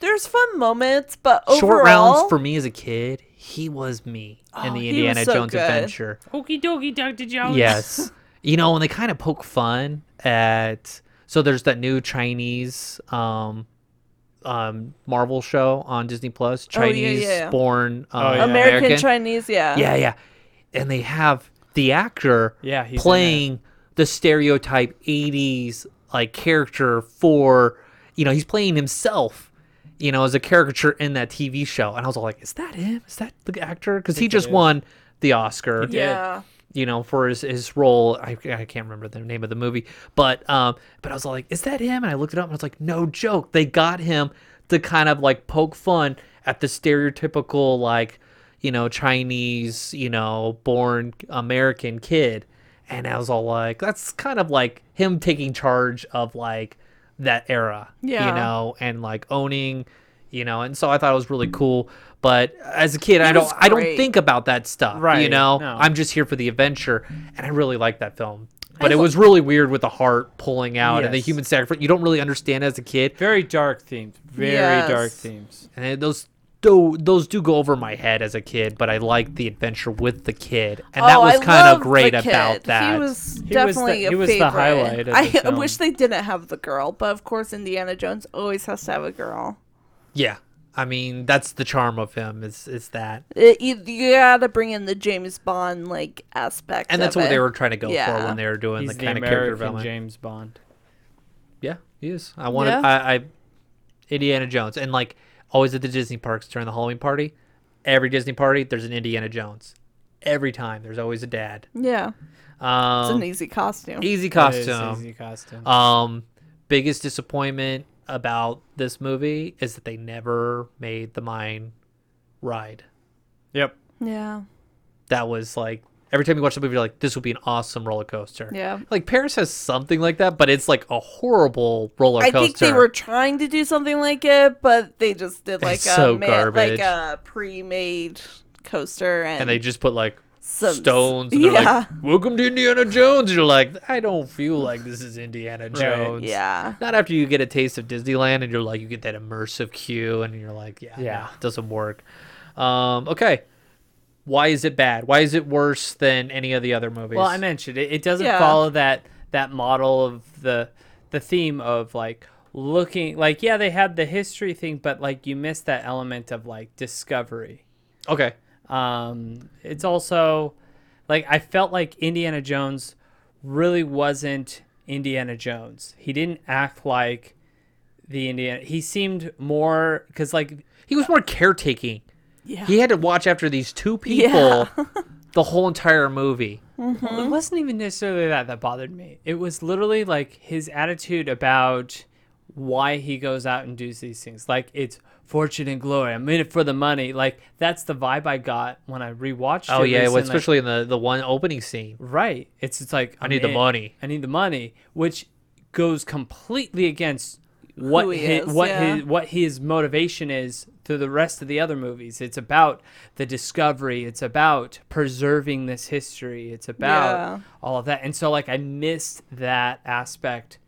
there's fun moments, but overall, Oh, short rounds for me as a kid he was me in the he was indiana so jones good. adventure Okie dokie, Doctor Jones. *laughs* yes you know and they kind of poke fun at so there's that new chinese um um marvel show on disney plus Oh, yeah, chinese yeah. born um, yeah. American, american, Chinese, yeah, yeah yeah and they have the actor Yeah, he's in it. playing the stereotype 80s like character for you know he's playing himself you know as a caricature in that tv show and i was all like is that him is that the actor because he just is. won the oscar did. yeah. you know for his, his role I, I can't remember the name of the movie but um but i was all like is that him and i looked it up and i was like no joke they got him to kind of like poke fun at the stereotypical like you know chinese you know born american kid and i was all like that's kind of like him taking charge of like that era Yeah. you know and like owning you know and so i thought it was really cool but as a kid i don't was i don't great. think about that stuff you Right, know no. i'm just here for the adventure and i really like that film but I it lo- was really weird with the heart pulling out and the Yes. human sacrifice you don't really understand as a kid Very dark themed. Very dark Yes. themes. and then those do, those do go over my head as a kid but i liked the adventure with the kid and that Oh, was I kind loved of the great about kid. that He was was definitely the- a he was the favorite. highlight of I, *laughs* the I film. wish they didn't have the girl, but of course Indiana Jones always has to have a girl. yeah i mean that's the charm of him is is that It, you, you gotta bring in the James Bond like aspect, and that's of what it. they were trying to go for Yeah. when they were doing He's the the, kind of character American development James Bond. Yeah, he is. I wanted Yeah. I, I Indiana Jones and like always at the Disney parks during the Halloween party. Every Disney party, there's an Indiana Jones. every time. There's always a dad. Yeah. It's Um, an easy costume. easy It is costume. easy costume. Um, biggest disappointment about this movie is that they never made the mine ride. yep. yeah. That was like every time you watch the movie, you're like, this would be an awesome roller coaster. Yeah. Like Paris has something like that, but it's like a horrible roller I coaster. think they were trying to do something like it, but they just did like a so ma- garbage. like a pre-made coaster and, and they just put like some stones. And They're Yeah. like, welcome to Indiana Jones. You're like, I don't feel like this is Indiana Jones. *laughs* yeah. Not after you get a taste of Disneyland and you're like, you get that immersive cue and you're like, yeah, yeah, Yeah. it doesn't work. Um, okay. Why is it bad? Why is it worse than any of the other movies? Well, I mentioned it. It doesn't Yeah. follow that that model of the the theme of like looking like yeah they had the history thing, but like you missed that element of like discovery. okay. Um, it's also like I felt like Indiana Jones really wasn't Indiana Jones. He didn't act like the Indiana. He seemed more because like He was more caretaking. Yeah. He had to watch after these two people *laughs* the whole entire movie. Well, Mm-hmm. it wasn't even necessarily that that bothered me. It was literally like his attitude about why he goes out and does these things. Like it's fortune and glory. I'm in it for the money. Like that's the vibe I got when I rewatched. Oh, it yeah. well, recently. especially in the, the one opening scene. right. It's it's like I need the money. I need the money, which goes completely against what Who he his, is, what yeah. his what his motivation is through the rest of the other movies. It's about the discovery. It's about preserving this history. It's about Yeah. all of that. And so like I missed that aspect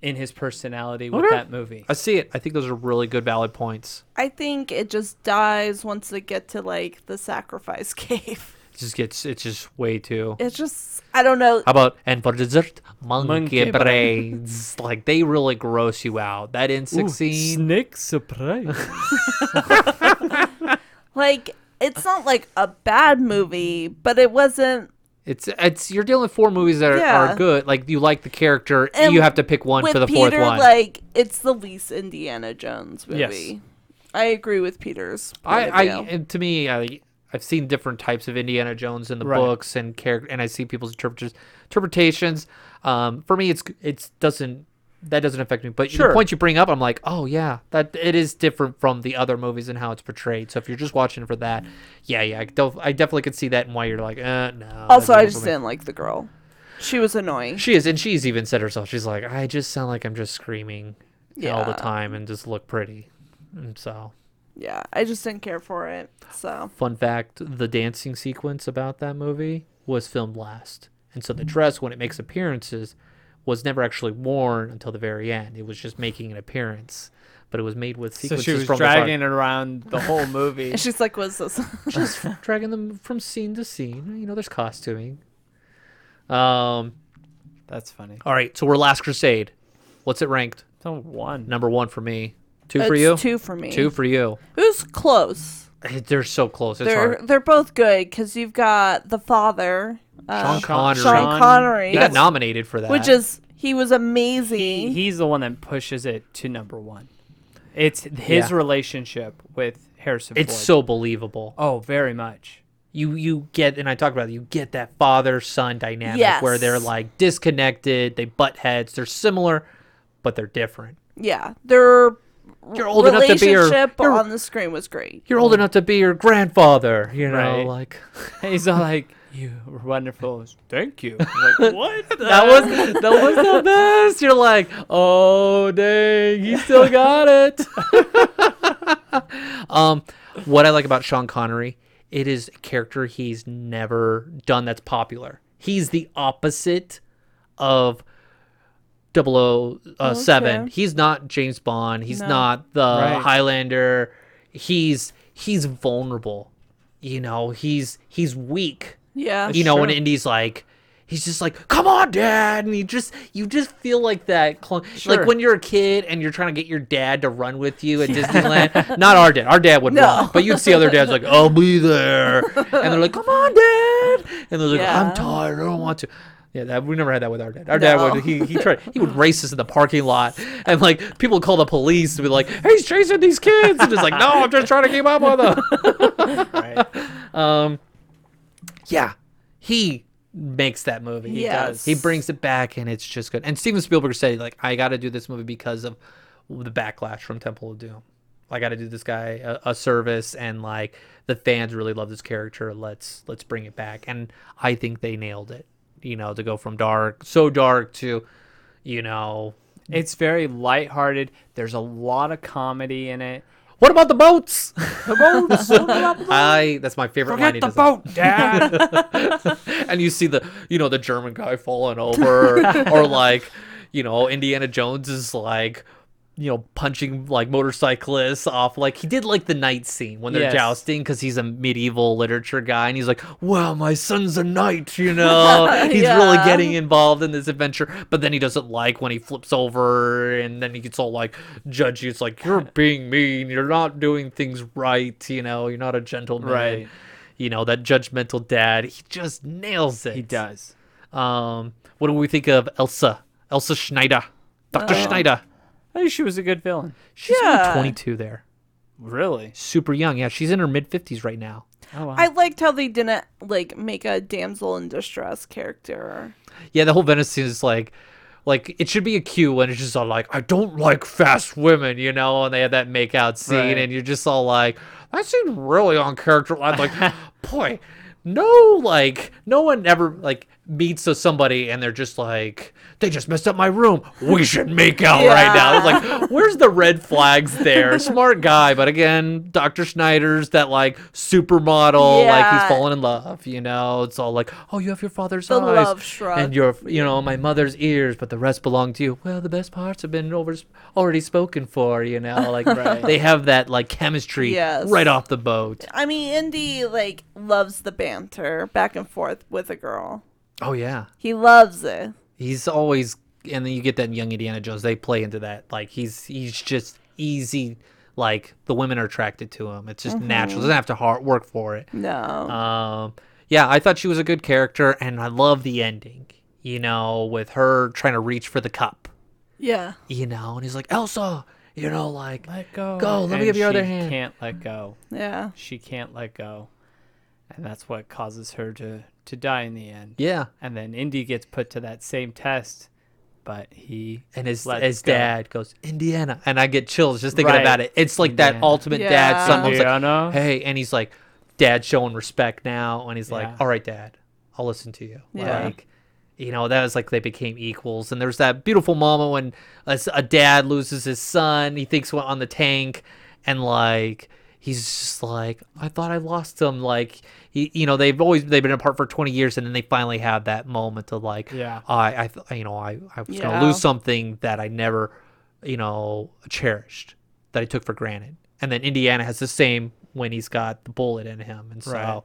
in his personality with Okay. that movie. I see it. I think those are really good, valid points. I think it just dies once they get to like the sacrifice *laughs* cave. It just gets, it's just way too. It's just I don't know. How about and for dessert, monkey, Monkey brains? *laughs* like they really gross you out. That insect scene. Snake *laughs* surprise. Like it's not like a bad movie, but it wasn't It's it's you're dealing with four movies that are, are Yeah. good. Like you like the character, And you have to pick one with for the Peter fourth one. like it's the least Indiana Jones movie. Yes. I agree with Peter's. Point I, of I view. and to me, I I've seen different types of Indiana Jones in the Right. books and character, and I see people's interpreters interpretations. Um, for me, it's it's doesn't that doesn't affect me. But Sure. the point you bring up, I'm like, oh yeah, that it is different from the other movies and how it's portrayed. So if you're just watching for that, yeah, yeah, I, def- I definitely could see that and why you're like, uh, no. that's also, I not just for me. didn't like the girl. She was annoying. She is, and she's even said herself, she's like, I just sound like I'm just screaming all the Yeah. time and just look pretty. And so, yeah, I just didn't care for it. So Fun fact the dancing sequence about that movie was filmed last. And Hmm. so the dress, when it makes appearances, was never actually worn until the very end. It was just making an appearance, but it was made with so sequences she was from dragging around the whole movie. *laughs* and she's like, "Was this?" *laughs* the far- *laughs* dragging them from scene to scene. You know, there's costuming. Um, That's funny. all right, so we're Last Crusade. What's it ranked? So one. Number one for me. Two it's for you. Two for me. Two for you. *sighs* Who's close? They're so close. It's They're hard. they're both good because you've got the father, Sean uh, Connery. Sean Connery, He got nominated for that. which is he was amazing. he, he's the one that pushes it to number one. It's his Yeah. relationship with Harrison. it's Ford. so believable. oh, very much. *laughs* you you get and I talk about it, you get that father son dynamic Yes. where they're like disconnected, they butt heads, they're similar, but they're different. yeah, their You're old enough to be your- relationship you're- on the screen was great. You're old enough to be your grandfather, you know, Right. like And he's all like, "You were wonderful. Thank you." I'm *laughs* like what? that was that was the best. You're like, oh dang, he still got it. *laughs* um, what I like about Sean Connery, it is a character he's never done that's popular. He's the opposite of 007. Okay. He's not James Bond. He's No. not the Right. Highlander. He's he's vulnerable. You know, he's he's weak Yeah, you know when Sure. Indy's like he's just like come on dad and you just you just feel like that clone like Sure. when you're a kid and you're trying to get your dad to run with you at Disneyland not our dad our dad would No. run but you'd see other dads like I'll be there and they're like come on dad and they're like Yeah. I'm tired I don't want to yeah, that, we never had that with our dad. Our dad No. would he he tried he would race us in the parking lot, and like people would call the police and be like, "He's chasing these kids," *laughs* *laughs* and it's like, "No, I'm just trying to keep up with them." Right. Um, yeah, he makes that movie. He Yes. does. He brings it back, and it's just good. And Steven Spielberg said, like, I got to do this movie because of the backlash from Temple of Doom. I got to do this guy a, a service, and like the fans really love this character. Let's let's bring it back, and I think they nailed it. You know, to go from dark, so dark to, you know, It's very lighthearted. There's a lot of comedy in it. what about the boats? The boats. *laughs* I that's my favorite line. he Forget the does in- boat, Dad. *laughs* and you see the you know the German guy *laughs* falling over, or like you know Indiana Jones is like you know punching like motorcyclists off. Like he did like the night scene when they're Yes. jousting because he's a medieval literature guy, and he's like, "Wow, my son's a *laughs* knight," you know. he's really Yeah. getting involved in this adventure, but then he doesn't like when he flips over, and then he gets all like judgy. It's like Uh, you're being mean, you're not doing things right, you know, you're not a gentleman Right. you know that judgmental dad he just nails *laughs* it he does. um what do we think of elsa elsa schneider dr schneider I think she was a good villain. she's Yeah. only 22 there Really? super young yeah she's in her mid 50s right now Oh wow. I liked how they didn't like make a damsel in distress character. yeah the whole venice scene is like like it should be a cue when it's just all like i don't like fast women you know and they have that makeout scene Right. and you're just all like that seemed really on character i'm *laughs* like boy no like no one ever like meets with somebody and they're just like they just messed up my room we should make out right now *laughs* it's like where's the red flags there smart guy but again dr schneider's that like supermodel like Yeah. he's fallen in love you know it's all like oh you have your father's The eyes love shrug. and your you know my mother's ears but the rest belong to you well the best parts have been over already spoken for you know like they have that like chemistry Yes. right off the boat I mean, Indy like loves the banter back and forth with a girl. oh yeah He loves it. he's always and then you get that in young indiana jones they play into that like he's he's just easy like the women are attracted to him it's just natural doesn't have to hard work for it No. Um, yeah, I thought she was a good character, and I love the ending. You know, with her trying to reach for the cup. yeah. You know, and he's like Elsa. You know, like let go. Go, let me And have your other she hand. Can't let go. Yeah. She can't let go, and that's what causes her to to die in the end. yeah. And then Indy gets put to that same test, but he And his lets his go. dad goes Indiana, and I get chills just thinking Right. about it. It's like that Indiana. ultimate dad son. I was like, Indiana. hey, and he's like, dad showing respect now, and he's Yeah. like, all right, dad, I'll listen to you. Yeah. Like, you know, that was like they became equals. And there's that beautiful moment when a, s- a dad loses his son. He thinks went on the tank, and like he's just like, I thought I lost him. Like, he, you know, they've always they've been apart for 20 years, and then they finally have that moment of like, Yeah. I, I, th- you know, I, I was Yeah. gonna lose something that I never, you know, cherished that I took for granted. And then Indiana has the same when he's got the bullet in him, and so, Right.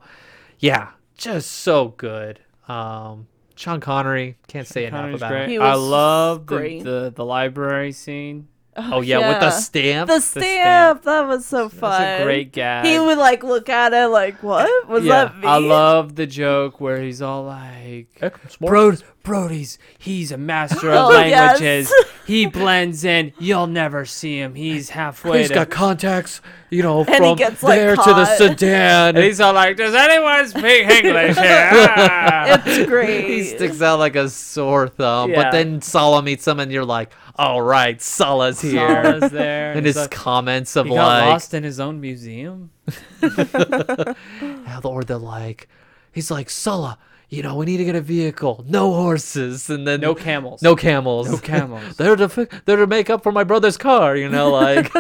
yeah, just so good. Um, Sean Connery can't say Connor's enough about great. him. He I was love the, great. the the library scene. Oh yeah, with yeah. the stamp. The stamp. That was so fun. That's a great gag. He would like look at it like, what was that me? I love the joke where he's all like, Brod- Brody's, he's a *laughs* master of Oh, yes. languages. *laughs* He blends in. You'll never see him. He's halfway He's to-" got contacts, you *laughs* know, he from gets, like, there to the caught. *laughs* Sudan. And *laughs* he's all like, does anyone speak English here? *laughs* Ah. *laughs* *laughs* It's great. he sticks out like a sore thumb. Yeah. But then Sala meets him, and you're like, all right, Sala's here. Sala's there. and He's his like- comments of he got like, lost in his own museum. or they're like, he's like, Sala, you know, we need to get a vehicle, no horses, and then No camels. no camels, *laughs* No camels. *laughs* they're to fi- they're to make up for my brother's car, you *laughs* know, like.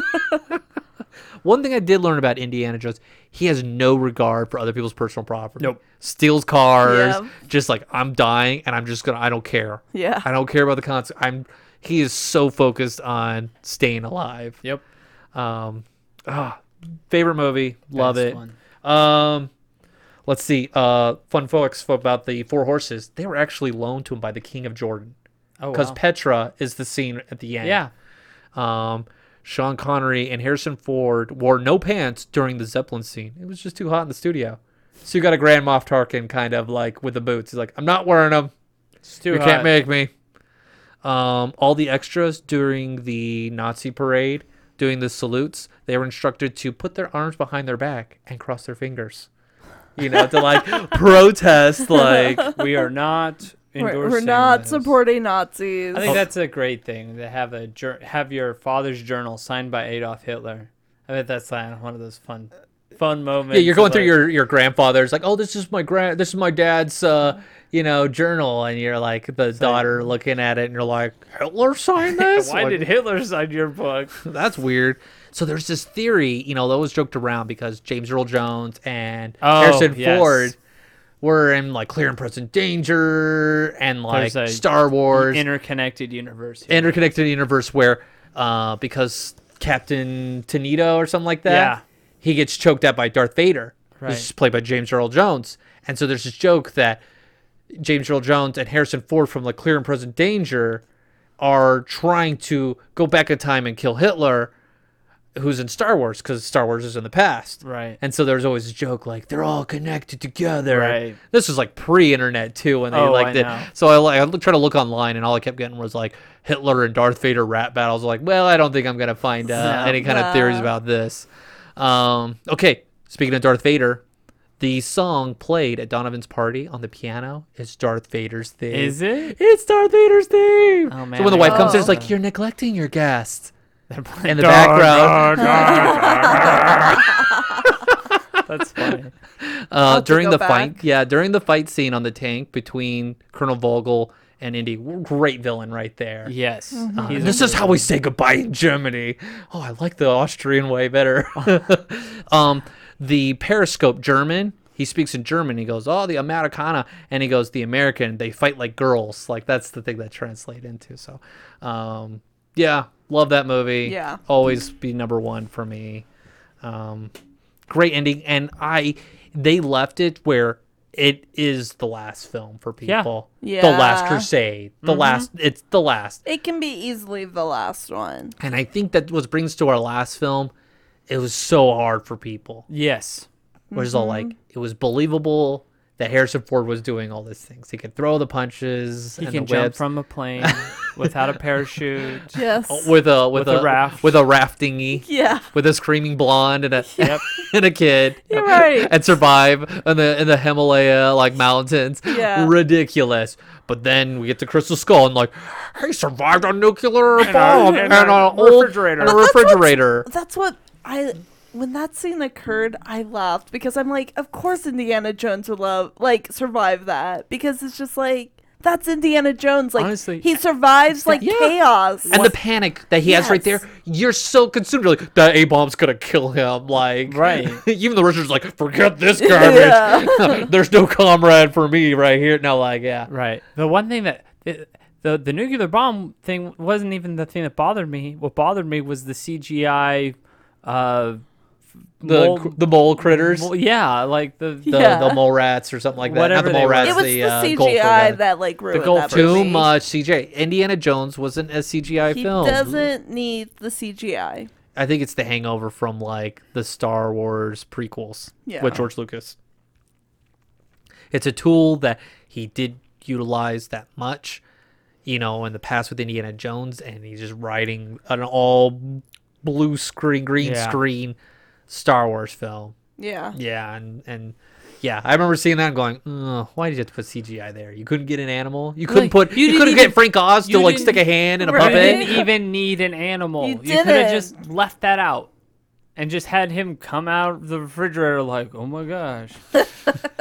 One thing I did learn about Indiana Jones, he has no regard for other people's personal property. Nope. Steals cars, Yeah. just like I'm dying and I'm just gonna I don't care. Yeah. I don't care about the consequence. I'm he is so focused on staying alive. Yep. Um, ah, favorite movie, love Best it. one. Um, let's see. Uh, fun facts for about the four horses. They were actually loaned to him by the king of Jordan Oh, because wow. Petra is the scene at the end. yeah. Um, Sean Connery and Harrison Ford wore no pants during the Zeppelin scene. It was just too hot in the studio. So you got a Grand Moff Tarkin kind of like with the boots. He's like, I'm not wearing them. It's too You hot. can't *laughs* make me. Um, all the extras during the Nazi parade, doing the salutes, they were instructed to put their arms behind their back and cross their fingers. you know, *laughs* to like protest like We are not endorsing. We're, we're not this. supporting Nazis. I think that's a great thing to have a jour- have your father's journal signed by Adolf Hitler. I bet that's like one of those fun fun moments. Yeah, you're going of, through like, your your grandfather's like, oh, this is my grand, this is my dad's, uh, you know, journal, and you're like the daughter looking at it, and you're like, Hitler signed *laughs* this. Why *laughs* Like, did Hitler sign your *laughs* book? that's weird. So there's this theory, you know, that was joked around because James Earl Jones and Oh, Harrison yes. Ford were in like clear and present danger, and like There's a Star Wars Interconnected universe. *laughs* here. interconnected universe where uh because Captain Tenito or something like that, Yeah. he gets choked out by Darth Vader, Right. who's played by James Earl Jones. And so there's this joke that James Earl Jones and Harrison Ford from like Clear and Present Danger are trying to go back in time and kill Hitler, who's in Star Wars, because Star Wars is in the past. Right. And so there's always a joke like they're all connected together. Right. This was like pre-internet too, when they Oh, like I did. know. So I like I tried to look online, and all I kept getting was like Hitler and Darth Vader rap battles. Like, well, I don't think I'm gonna find uh, any kind of theories about this. Um, okay, speaking of Darth Vader, the song played at Donovan's party on the piano is Darth Vader's theme. Is it? It's Darth Vader's theme. Oh, man, so when the I wife comes, gotta in, it's like you're neglecting your guest. In the Dun, background, *laughs* That's funny. uh, have to during go the back. fight, yeah, during the fight scene on the tank between Colonel Vogel and Indy, great villain right there. Yes. And Mm-hmm. He's this is how we say goodbye in Germany. Oh, I like the Austrian way better. *laughs* um, the Periscope German, he speaks in German. He goes, "Oh, the Americana," and he goes, "The American." They fight like girls. Like that's the thing that translate into. So, um, yeah, love that movie. Yeah. always be number one for me. Um, great ending, and I they left it where it is the last film for Yeah. people. the Last Yeah. Mm-hmm. Crusade, the last. It's the last. it can be easily the last one. And I think that what brings to our last film, it was so hard for people. yes. Whereas all Mm-hmm. like it was believable that Harrison Ford was doing all these things. He could throw the punches. He and can the jump whips. from a plane without a parachute. *laughs* Yes. Oh, with a with, with a raft. with a raftingy yeah. with a screaming blonde *laughs* and a Yep. *laughs* and a kid. You're right. *laughs* and survive in the in the Himalaya like mountains. Yeah. Ridiculous. But then we get to Crystal Skull and like, he survived a nuclear bomb and and, a a, refrigerator. *laughs* Old, and a But that's what's- refrigerator. That's what I when that scene occurred, I laughed because I'm like, of course Indiana Jones would love like survive that because it's just like that's Indiana Jones. Like Honestly- he survives like chaos. and the panic that he has right there. Yes. You're so consumed. You're like that A bomb's gonna kill him. Like Right. *laughs* Even the Richard's like, forget *laughs* this garbage. *laughs* There's no comrade for me right here. No, like yeah. Right. The one thing that the, the the nuclear bomb thing wasn't even the thing that bothered me. What bothered me was the CGI. Uh, The mole- cr- the mole critters, well, yeah, like the, the the, Yeah. the mole rats or something like that. Whatever Not the mole they were. rats. it was the, the, uh, CGI gold frigate. that like ruined Gold that too movie. much CGI. Indiana Jones wasn't a CGI He film. doesn't need the CGI. I think it's the hangover from like the Star Wars prequels Yeah. with George Lucas. It's a tool that he did utilize that much, you know, in the past with Indiana Jones, and he's just writing an all blue screen, green Yeah. screen Star Wars film. *laughs* Yeah. Yeah, and and yeah, I remember seeing that and going, "Ugh, why did you have to put CGI there? You couldn't get an animal. You couldn't Like, put. you You, didn't couldn't even- get Frank Oz you to like didn't- stick a hand in a Right. you puppet. didn't even need an animal. You could have didn't. just left that out and just had him come out of the refrigerator like, oh my *laughs* gosh.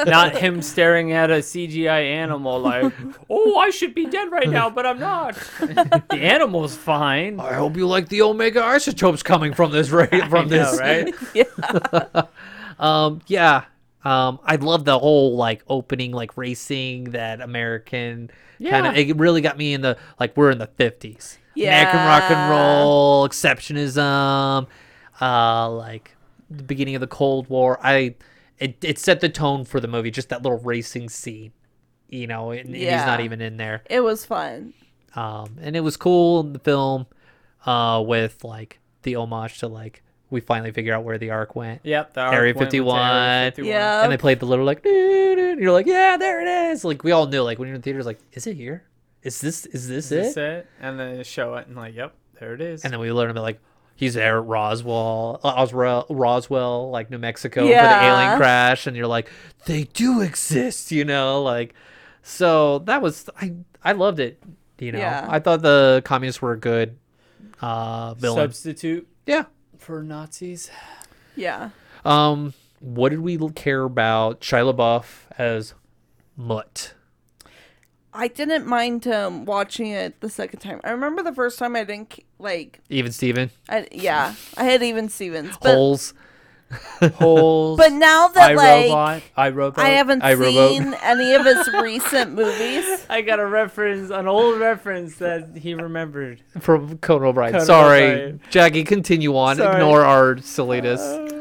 not him staring at a CGI animal like, oh, I should be dead right now, but I'm not. the animal's fine. I hope you like the omega isotopes coming from this right from *laughs* I know, this. right? *laughs* Um yeah. Um I love the whole like opening like racing that American kind Yeah. of it really got me in the like we're in the 50s. American rock and Yeah. roll, exceptionism, uh like the beginning of the Cold War. I it, it set the tone for the movie just that little racing scene. You know, and, and he's not Yeah. even in there It was fun. um, and it was cool in the film uh, with like the homage to like we finally figure out where the arc went Yep. The Area arc went to 51. Area Yeah. and they played the little like "Doo, doo," and you're like yeah there it is like we all knew like when you're in theaters like is it here is this is this Is this it it? And then they show it and like, yep, there it is. and then we learn about like he's there at Roswell, Oswell, Roswell, like New Mexico for the Yeah. alien crash, and you're like, they do exist, you know, like. So that was I. I loved it. You know, Yeah. I thought the communists were a good uh, villain. Substitute yeah. for Nazis. Yeah. Um, what did we l- care about Shia LaBeouf as Mutt? I didn't mind um, watching it the second time. I remember the first time I didn't c- like. Even Steven I, yeah, I had even Stevens, but holes. *laughs* Holes. but now that like iRobot. iRobot. I haven't iRobot. seen any of *laughs* his recent movies. I got a reference, an old reference that he remembered. from Conan O'Brien. Conan Sorry, O'Brien. Jackie, continue on. Sorry. Uh, Ignore our silliness.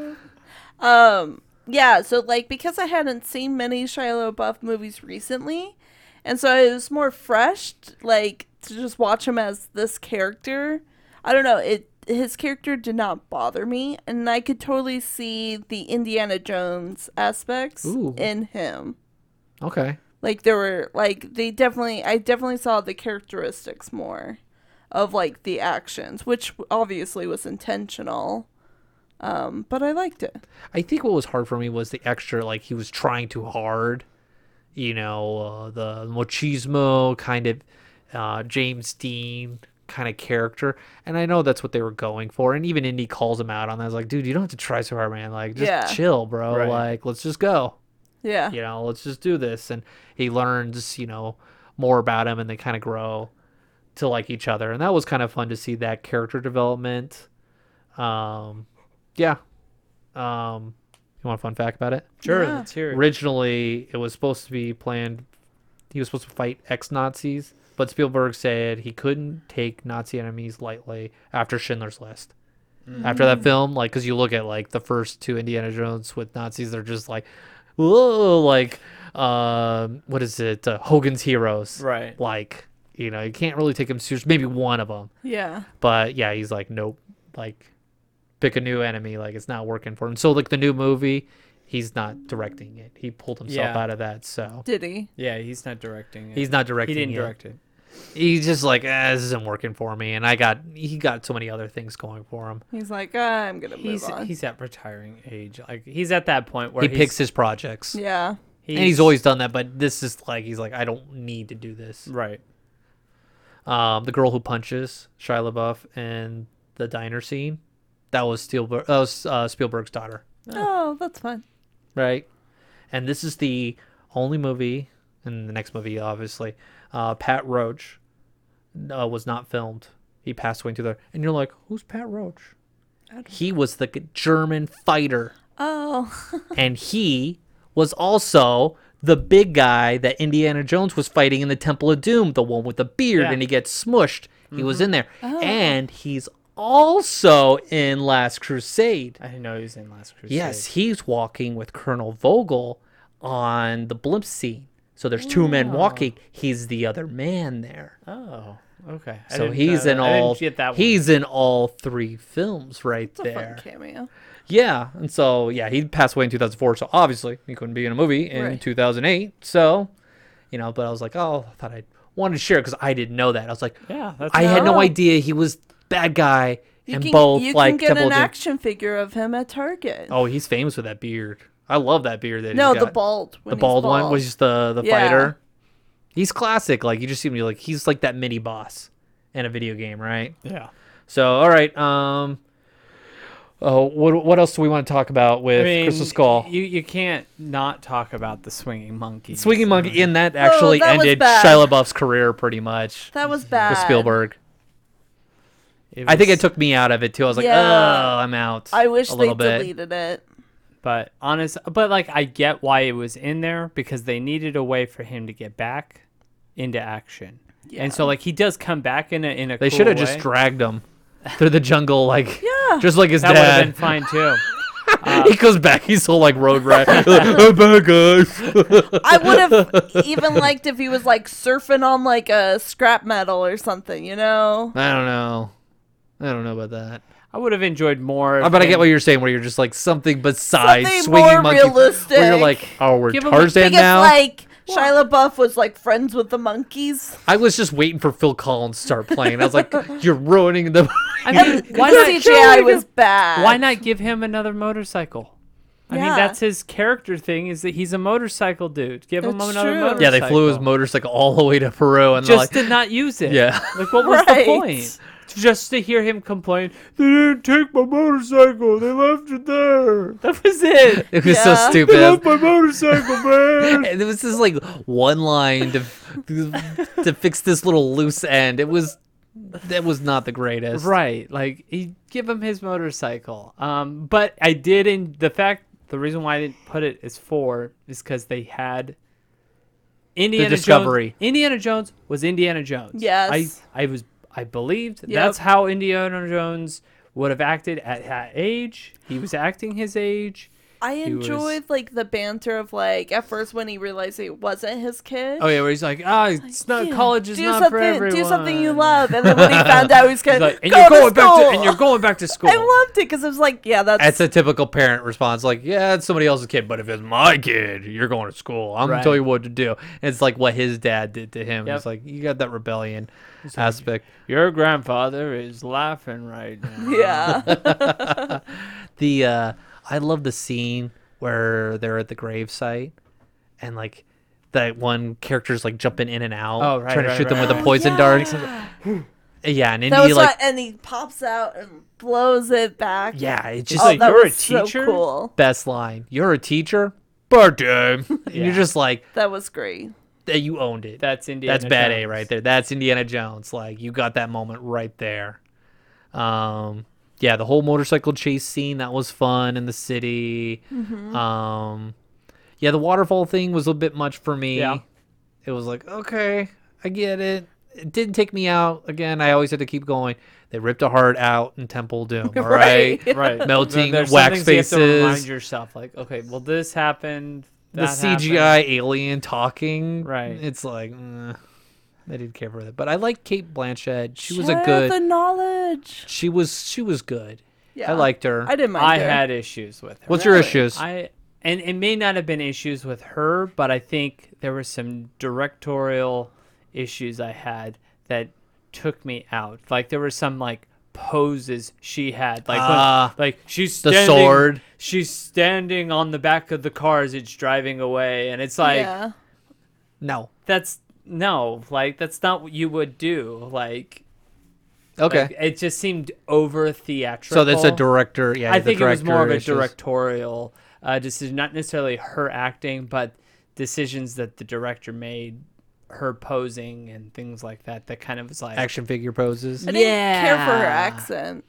Um, yeah, so like because I hadn't seen many Shia LaBeouf movies recently, and so it was more fresh, like to just watch him as this character. I don't know it. His character did not bother me, and I could totally see the Indiana Jones aspects Ooh. in him. Okay. like there were like they definitely i definitely saw the characteristics more of like the actions which obviously was intentional um but i liked it I think what was hard for me was the extra, like he was trying too hard. You know, uh, the machismo kind of uh, James Dean kind of character, and I know that's what they were going for. And even Indy calls him out on that. I was like, dude, you don't have to try so hard, man. Like, just Yeah. chill, bro. Right. Like, let's just go. yeah You know, let's just do this. And he learns, you know, more about him, and they kind of grow to like each other. And that was kind of fun to see that character development. Um, yeah. Um, you want a fun fact about it? Sure, Yeah. let's hear it. Originally, it was supposed to be planned. He was supposed to fight ex Nazis, but Spielberg said he couldn't take Nazi enemies lightly after Schindler's List. After that film, like, because you look at like the first two Indiana Jones with Nazis, they're just like, whoa, like, um, what is it? Uh, Hogan's Heroes. Right. Like, you know, you can't really take him serious. Maybe one of them. yeah But yeah, he's like, nope, like pick a new enemy. Like it's not working for him. So like the new movie, he's not directing it. He pulled himself Yeah. out of that. So did he Yeah, he's not directing it. he's not He directing. didn't it. direct it. He's just like, eh, this isn't working for me. And I got he got so many other things going for him. he's like "Ah, i'm gonna He's move on he's at retiring age. Like he's at that point where He he's, picks his projects, yeah he's, and he's always done that. But this is like he's like, I don't need to do this. right. Um, the girl who punches Shia LaBeouf and the diner scene, that was Spielberg. That was uh, Spielberg's daughter. oh that's fun right? And this is the only movie, and the next movie, obviously, uh, Pat Roach uh, was not filmed. He passed away in 2000. And you're like, who's Pat Roach? He was the g- German fighter, oh *laughs* and he was also the big guy that Indiana Jones was fighting in the Temple of Doom, the one with the beard, Yeah. and he gets smushed. He was in there, and he's also in Last Crusade. I didn't know he was in Last Crusade. Yes, he's walking with Colonel Vogel on the blimp scene. So there's two men Oh. walking. He's the other man there. Oh, okay. I So didn't he's know in that. I all didn't get that one. he's in all three films right it's a fun there. cameo Yeah, and so yeah, he passed away in 2004. So obviously he couldn't be in a movie in Right. 2008. So you know, but I was like, oh, I thought I wanted to share because I didn't know that. I was like, Yeah, that's I had no Oh. idea he was bad guy you in can both you like can get Temple an of Doom. action figure of him at target Oh, he's famous with that beard. I love that beard. That he's no the got. bald when the he's bald, one was just the the Yeah. fighter. He's classic. Like you just see him you're like he's like that mini boss in a video game, right? yeah. So all right, um, oh, what what else do we want to talk about with I mean, Crystal Skull? You you can't not talk about the swinging monkey. Swinging Monkey, and that actually Oh, that was ended bad. Shia LaBeouf's career pretty much that was bad with Spielberg. I think it took me out of it too. I was like, Yeah. oh, I'm out. i wish a they little bit. deleted it But honest, but like I get why it was in there because they needed a way for him to get back into action. Yeah. And so like he does come back in a in a. They cool should have just way. dragged him through the jungle, like Yeah. just like his that would have dad. been uh, fine too. *laughs* he goes back. He's all like road *laughs* rat. I'm back, guys. I *laughs* would have even liked if he was like surfing on like a scrap metal or something, you know? I don't know. I don't know about that. I would have enjoyed more. Uh, But I get him- what you're saying, where you're just like something besides Something swinging more monkey. Where you're realistic. like, oh, we're Give him a- Tarzan Because now. like Shia LaBeouf was like friends with *laughs* the monkeys. I was just waiting for Phil Collins to start playing. I was *laughs* like, "You're ruining the." I mean, why the not? CGI was bad. Why not give him another motorcycle? I mean, Yeah. that's his character thing is that he's a motorcycle dude. Give him That's another true. motorcycle. yeah, they flew his motorcycle all the way to Peru, and they're Just like, did not use it. *laughs* Yeah. Like, what was the Right. point? Just to hear him complain, they didn't take my motorcycle. They left it there. That was it. "It was so Yeah. They *laughs* stupid." left my motorcycle, *laughs* man. And it was just like one line *laughs* to to fix this little loose end. It was that was not the greatest. Right. Like he give him his motorcycle. Um, but I did in the fact the reason why I didn't put it as four is because they had Indiana discovery. Jones. Indiana Jones was Indiana Jones. Yes. I, I was I believed Yep. that's how Indiana Jones would have acted at that age. He was acting his age. I He was- enjoyed like the banter of like at first when he realized it wasn't his kid. Oh yeah, where he's like, ah, it's not Yeah. college is do not for something, everyone. do something you love, and then *laughs* when he found out, he's He's kind like, of and go you're to going back to school." and you're going back to school. *laughs* I loved it because it was like, yeah, that's, That's a typical parent response, like, yeah, it's somebody else's kid, but if it's my kid, you're going to school. I'm gonna Right. tell you what to do. And it's like what his dad did to him. Yep. It's like you got that rebellion *laughs* aspect. *laughs* Your grandfather is laughing *laughs* right now. *laughs* *laughs* yeah, The uh I love the scene where they're at the gravesite and like that one character's like jumping in and out, Oh, right, trying to right, shoot them right, with a right. poison yeah. dart. Yeah, and Indy *laughs* That was like what, and he pops out and blows it back. yeah, it's oh, just like, that "You're a was so teacher?" cool. best line. You're a teacher, birthday. *laughs* And Yeah. You're just like That was great. that. You owned it. That's Indiana. That's bad A Jones. right there. That's Indiana Jones. Like you got that moment right there. Um, yeah, the whole motorcycle chase scene that was fun in the city. Mm-hmm. Um, yeah, the waterfall thing was a bit much for me. Yeah. It was like okay, I get it. It didn't take me out. Again, I always had to keep going. They ripped a heart out in *laughs* Temple Doom. All right. Right. Melting There's some wax things you have to faces. remind yourself, like, okay, well, this happened. the that happened. CGI alien talking. Right. It's like mm, I didn't care for that, but I like Kate Blanchett. She was Share a good. the knowledge. She was she was good. Yeah, I liked her. I didn't mind. I her. had issues with her. What's your Really? issues? I and it may not have been issues with her, but I think there were some directorial issues I had that took me out. Like there were some like poses she had, like when- Ah, like she's the standing, sword. She's standing on the back of the car as it's driving away, and it's like yeah. no. that's no, like that's not what you would do. Like, Okay. like, it just seemed over theatrical. so that's a director. Yeah. I the think it was more of director a issues. directorial uh, decision, not necessarily her acting, but decisions that the director made, her posing and things like that. That kind of was like action figure *laughs* poses. I didn't care for her Yeah. accent.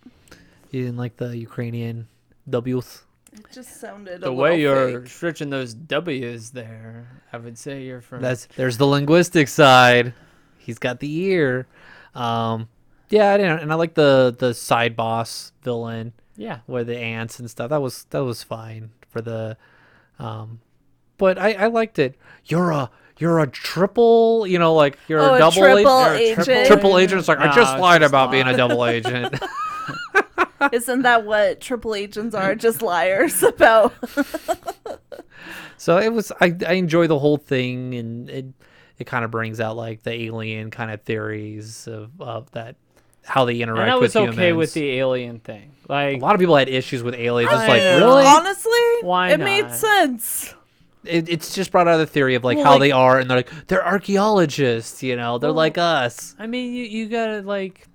You didn't like the Ukrainian W's. It just sounded a the way little you're fake. stretching those W's there. I would say you're from That's there's the linguistic side. He's got the ear. Um, yeah, I didn't, and I like the the side boss villain. yeah. with the ants and stuff. That was that was fine for the, um, but I I liked it. You're a you're a triple, you know, like you're a Oh, a double triple agent. You're a agent. Triple agent. It's like I No, just it's lied just about being a lying. *laughs* double agent. Isn't that what triple agents are? Just liars *laughs* about. *laughs* so it was. I I enjoy the whole thing, and it it kind of brings out like the alien kind of theories of of that how they interact And I was with okay humans. with the alien thing. a Like lot of people had issues with aliens. It's like Yeah. really, Honestly, Why it made not? sense. *laughs* it, it's just brought out the theory of like Well, how like- they are, and they're like they're archaeologists, you know, they're like us. I mean, you you gotta like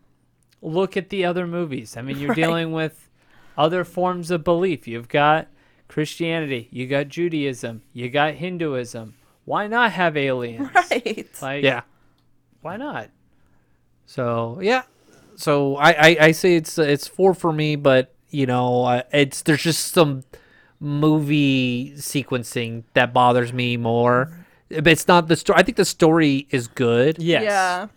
look at the other movies. I mean, *laughs* you're dealing with other forms of belief. You've got Christianity, you got Judaism, you got Hinduism. Why not have *laughs* aliens? Right. Like, Yeah. why not? So yeah. So I, I I say it's it's four for me, but you know I- it's there's just some movie sequencing that bothers me more. Mm-hmm. But it's not the story. I think the story is good. Yes. Yeah.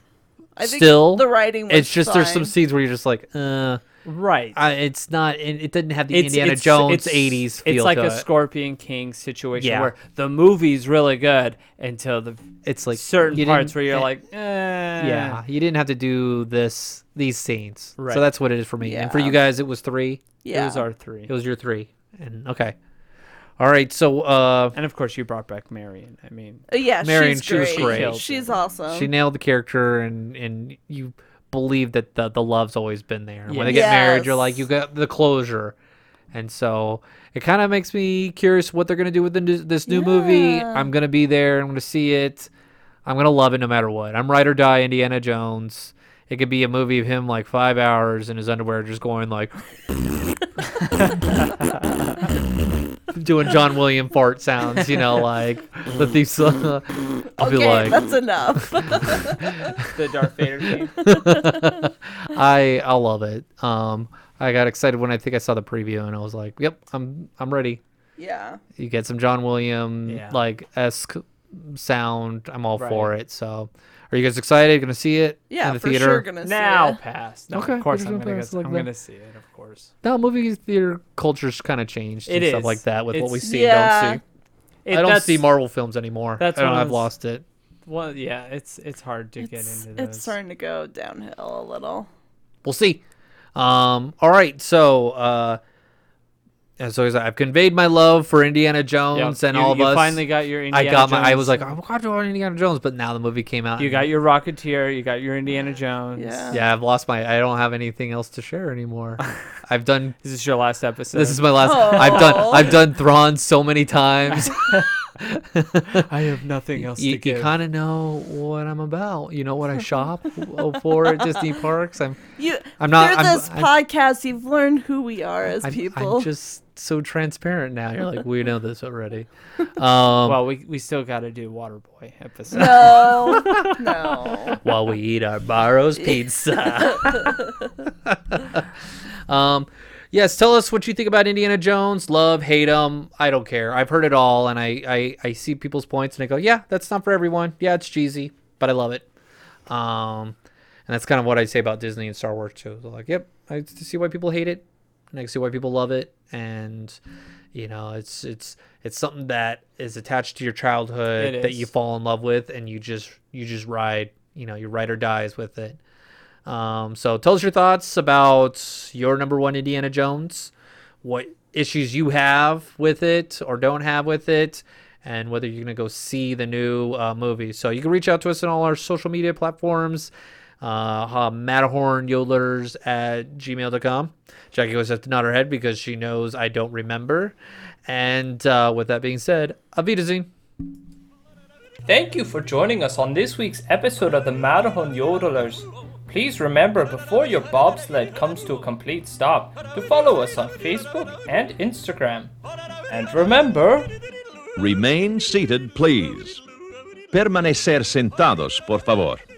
I think Still, the writing was It's just there's some fine. scenes where you're just like, uh, Right. I, it's not. It, it didn't have the Indiana Jones '80s feel. It's like to a it. Scorpion King situation Yeah. where the movie's really good until the It's like certain you parts didn't- where you're eh, like, eh. yeah, you didn't have to do this these scenes. Right. So that's what it is for me. And for Yeah. you guys, it was three. Yeah. It was our three. It was your three. And okay. All right, so uh, And of course, you brought back Marion. I mean, Uh, Yeah, Marion, she's she was great. great. She's awesome. she nailed the character, and and you believe that the the love's always been there. When they get Yes. married, you're like you got the closure, and so it kind of makes me curious what they're gonna do with the, new- this new movie. Yeah. I'm gonna be there. I'm gonna see it. I'm gonna love it no matter what. I'm ride or die Indiana Jones. It could be a movie of him like five hours in his underwear, just going like. *laughs* doing John William fart sounds, you know, like the thieves. *laughs* I'll be okay, like, *laughs* that's *laughs* enough. *laughs* the Darth Vader thing. I I love it. Um, I got excited when I think I saw the preview, and I was like, "Yep, I'm I'm ready." yeah. You get some John William Yeah. like esque sound. I'm all for Right. it. So, are you guys excited? Gonna see it? Yeah, in the for theater? sure gonna Now see it. pass. No, Okay, of course we're I'm gonna just gonna pass go, like I'm that. gonna see it. Of course, No, movie theater culture's kind of changed It and stuff is. like that with what we It's- see Yeah. and don't see. I don't see Marvel films anymore. that's I don't, one of I've those- lost it. Well, yeah, it's it's hard to get It's, into those. it's starting to go downhill a little. we'll see. Um, all right, so uh, as always, I've conveyed my love for Indiana Yeah, Jones and you, all of you us. finally got your. Indiana I got my. I Jones. was like, I'm glad you're on Indiana Jones, but now the movie came out. you and- got your Rocketeer. You got your Indiana Jones. Yeah. Yeah, I've lost my. I don't have anything else to share *laughs* anymore. I've done. This is your last episode. This is my *laughs* last. I've done. Aw. I've done Thrawn so *laughs* many times. I have nothing else you to give. kind of know what I'm about. You know what I shop for at Disney parks. *laughs* I'm. You I'm not- through I'm- this I'm- podcast you've learned who we are as I'm, people. I'm just so transparent now. You're like, we know this *laughs* already. Um, well, we we still got to do Waterboy episode. *laughs* *laughs* No. no. while we eat our Barrows pizza. *laughs* um, yes, tell us what you think about Indiana Jones. Love, hate him. I don't care. I've heard it all, and I, I, I see people's points, and I go, yeah, that's not for everyone. Yeah, it's cheesy, but I love it. Um, and that's kind of what I say about Disney and Star Wars too. They're like, yep, I see why people hate it, and I see why people love it, and you know, it's it's it's something that is attached to your childhood It that is. you fall in love with, and you just you just ride, you know, you ride or dies with it. Um, so tell us your thoughts about your number one Indiana Jones, what issues you have with it or don't have with it, and whether you're gonna go see the new uh, movie. So you can reach out to us on all our social media platforms. Uh, uh, Matterhorn Yodelers at gmail.com. Jackie goes up to nod her head because she knows I don't remember. And uh, with that being said, Avidazine. Thank you for joining us on this week's episode of the Matterhorn Yodelers. Please remember before your bobsled comes to a complete stop to follow us on Facebook and Instagram. And remember, Remain seated, please. Permanecer sentados, por favor.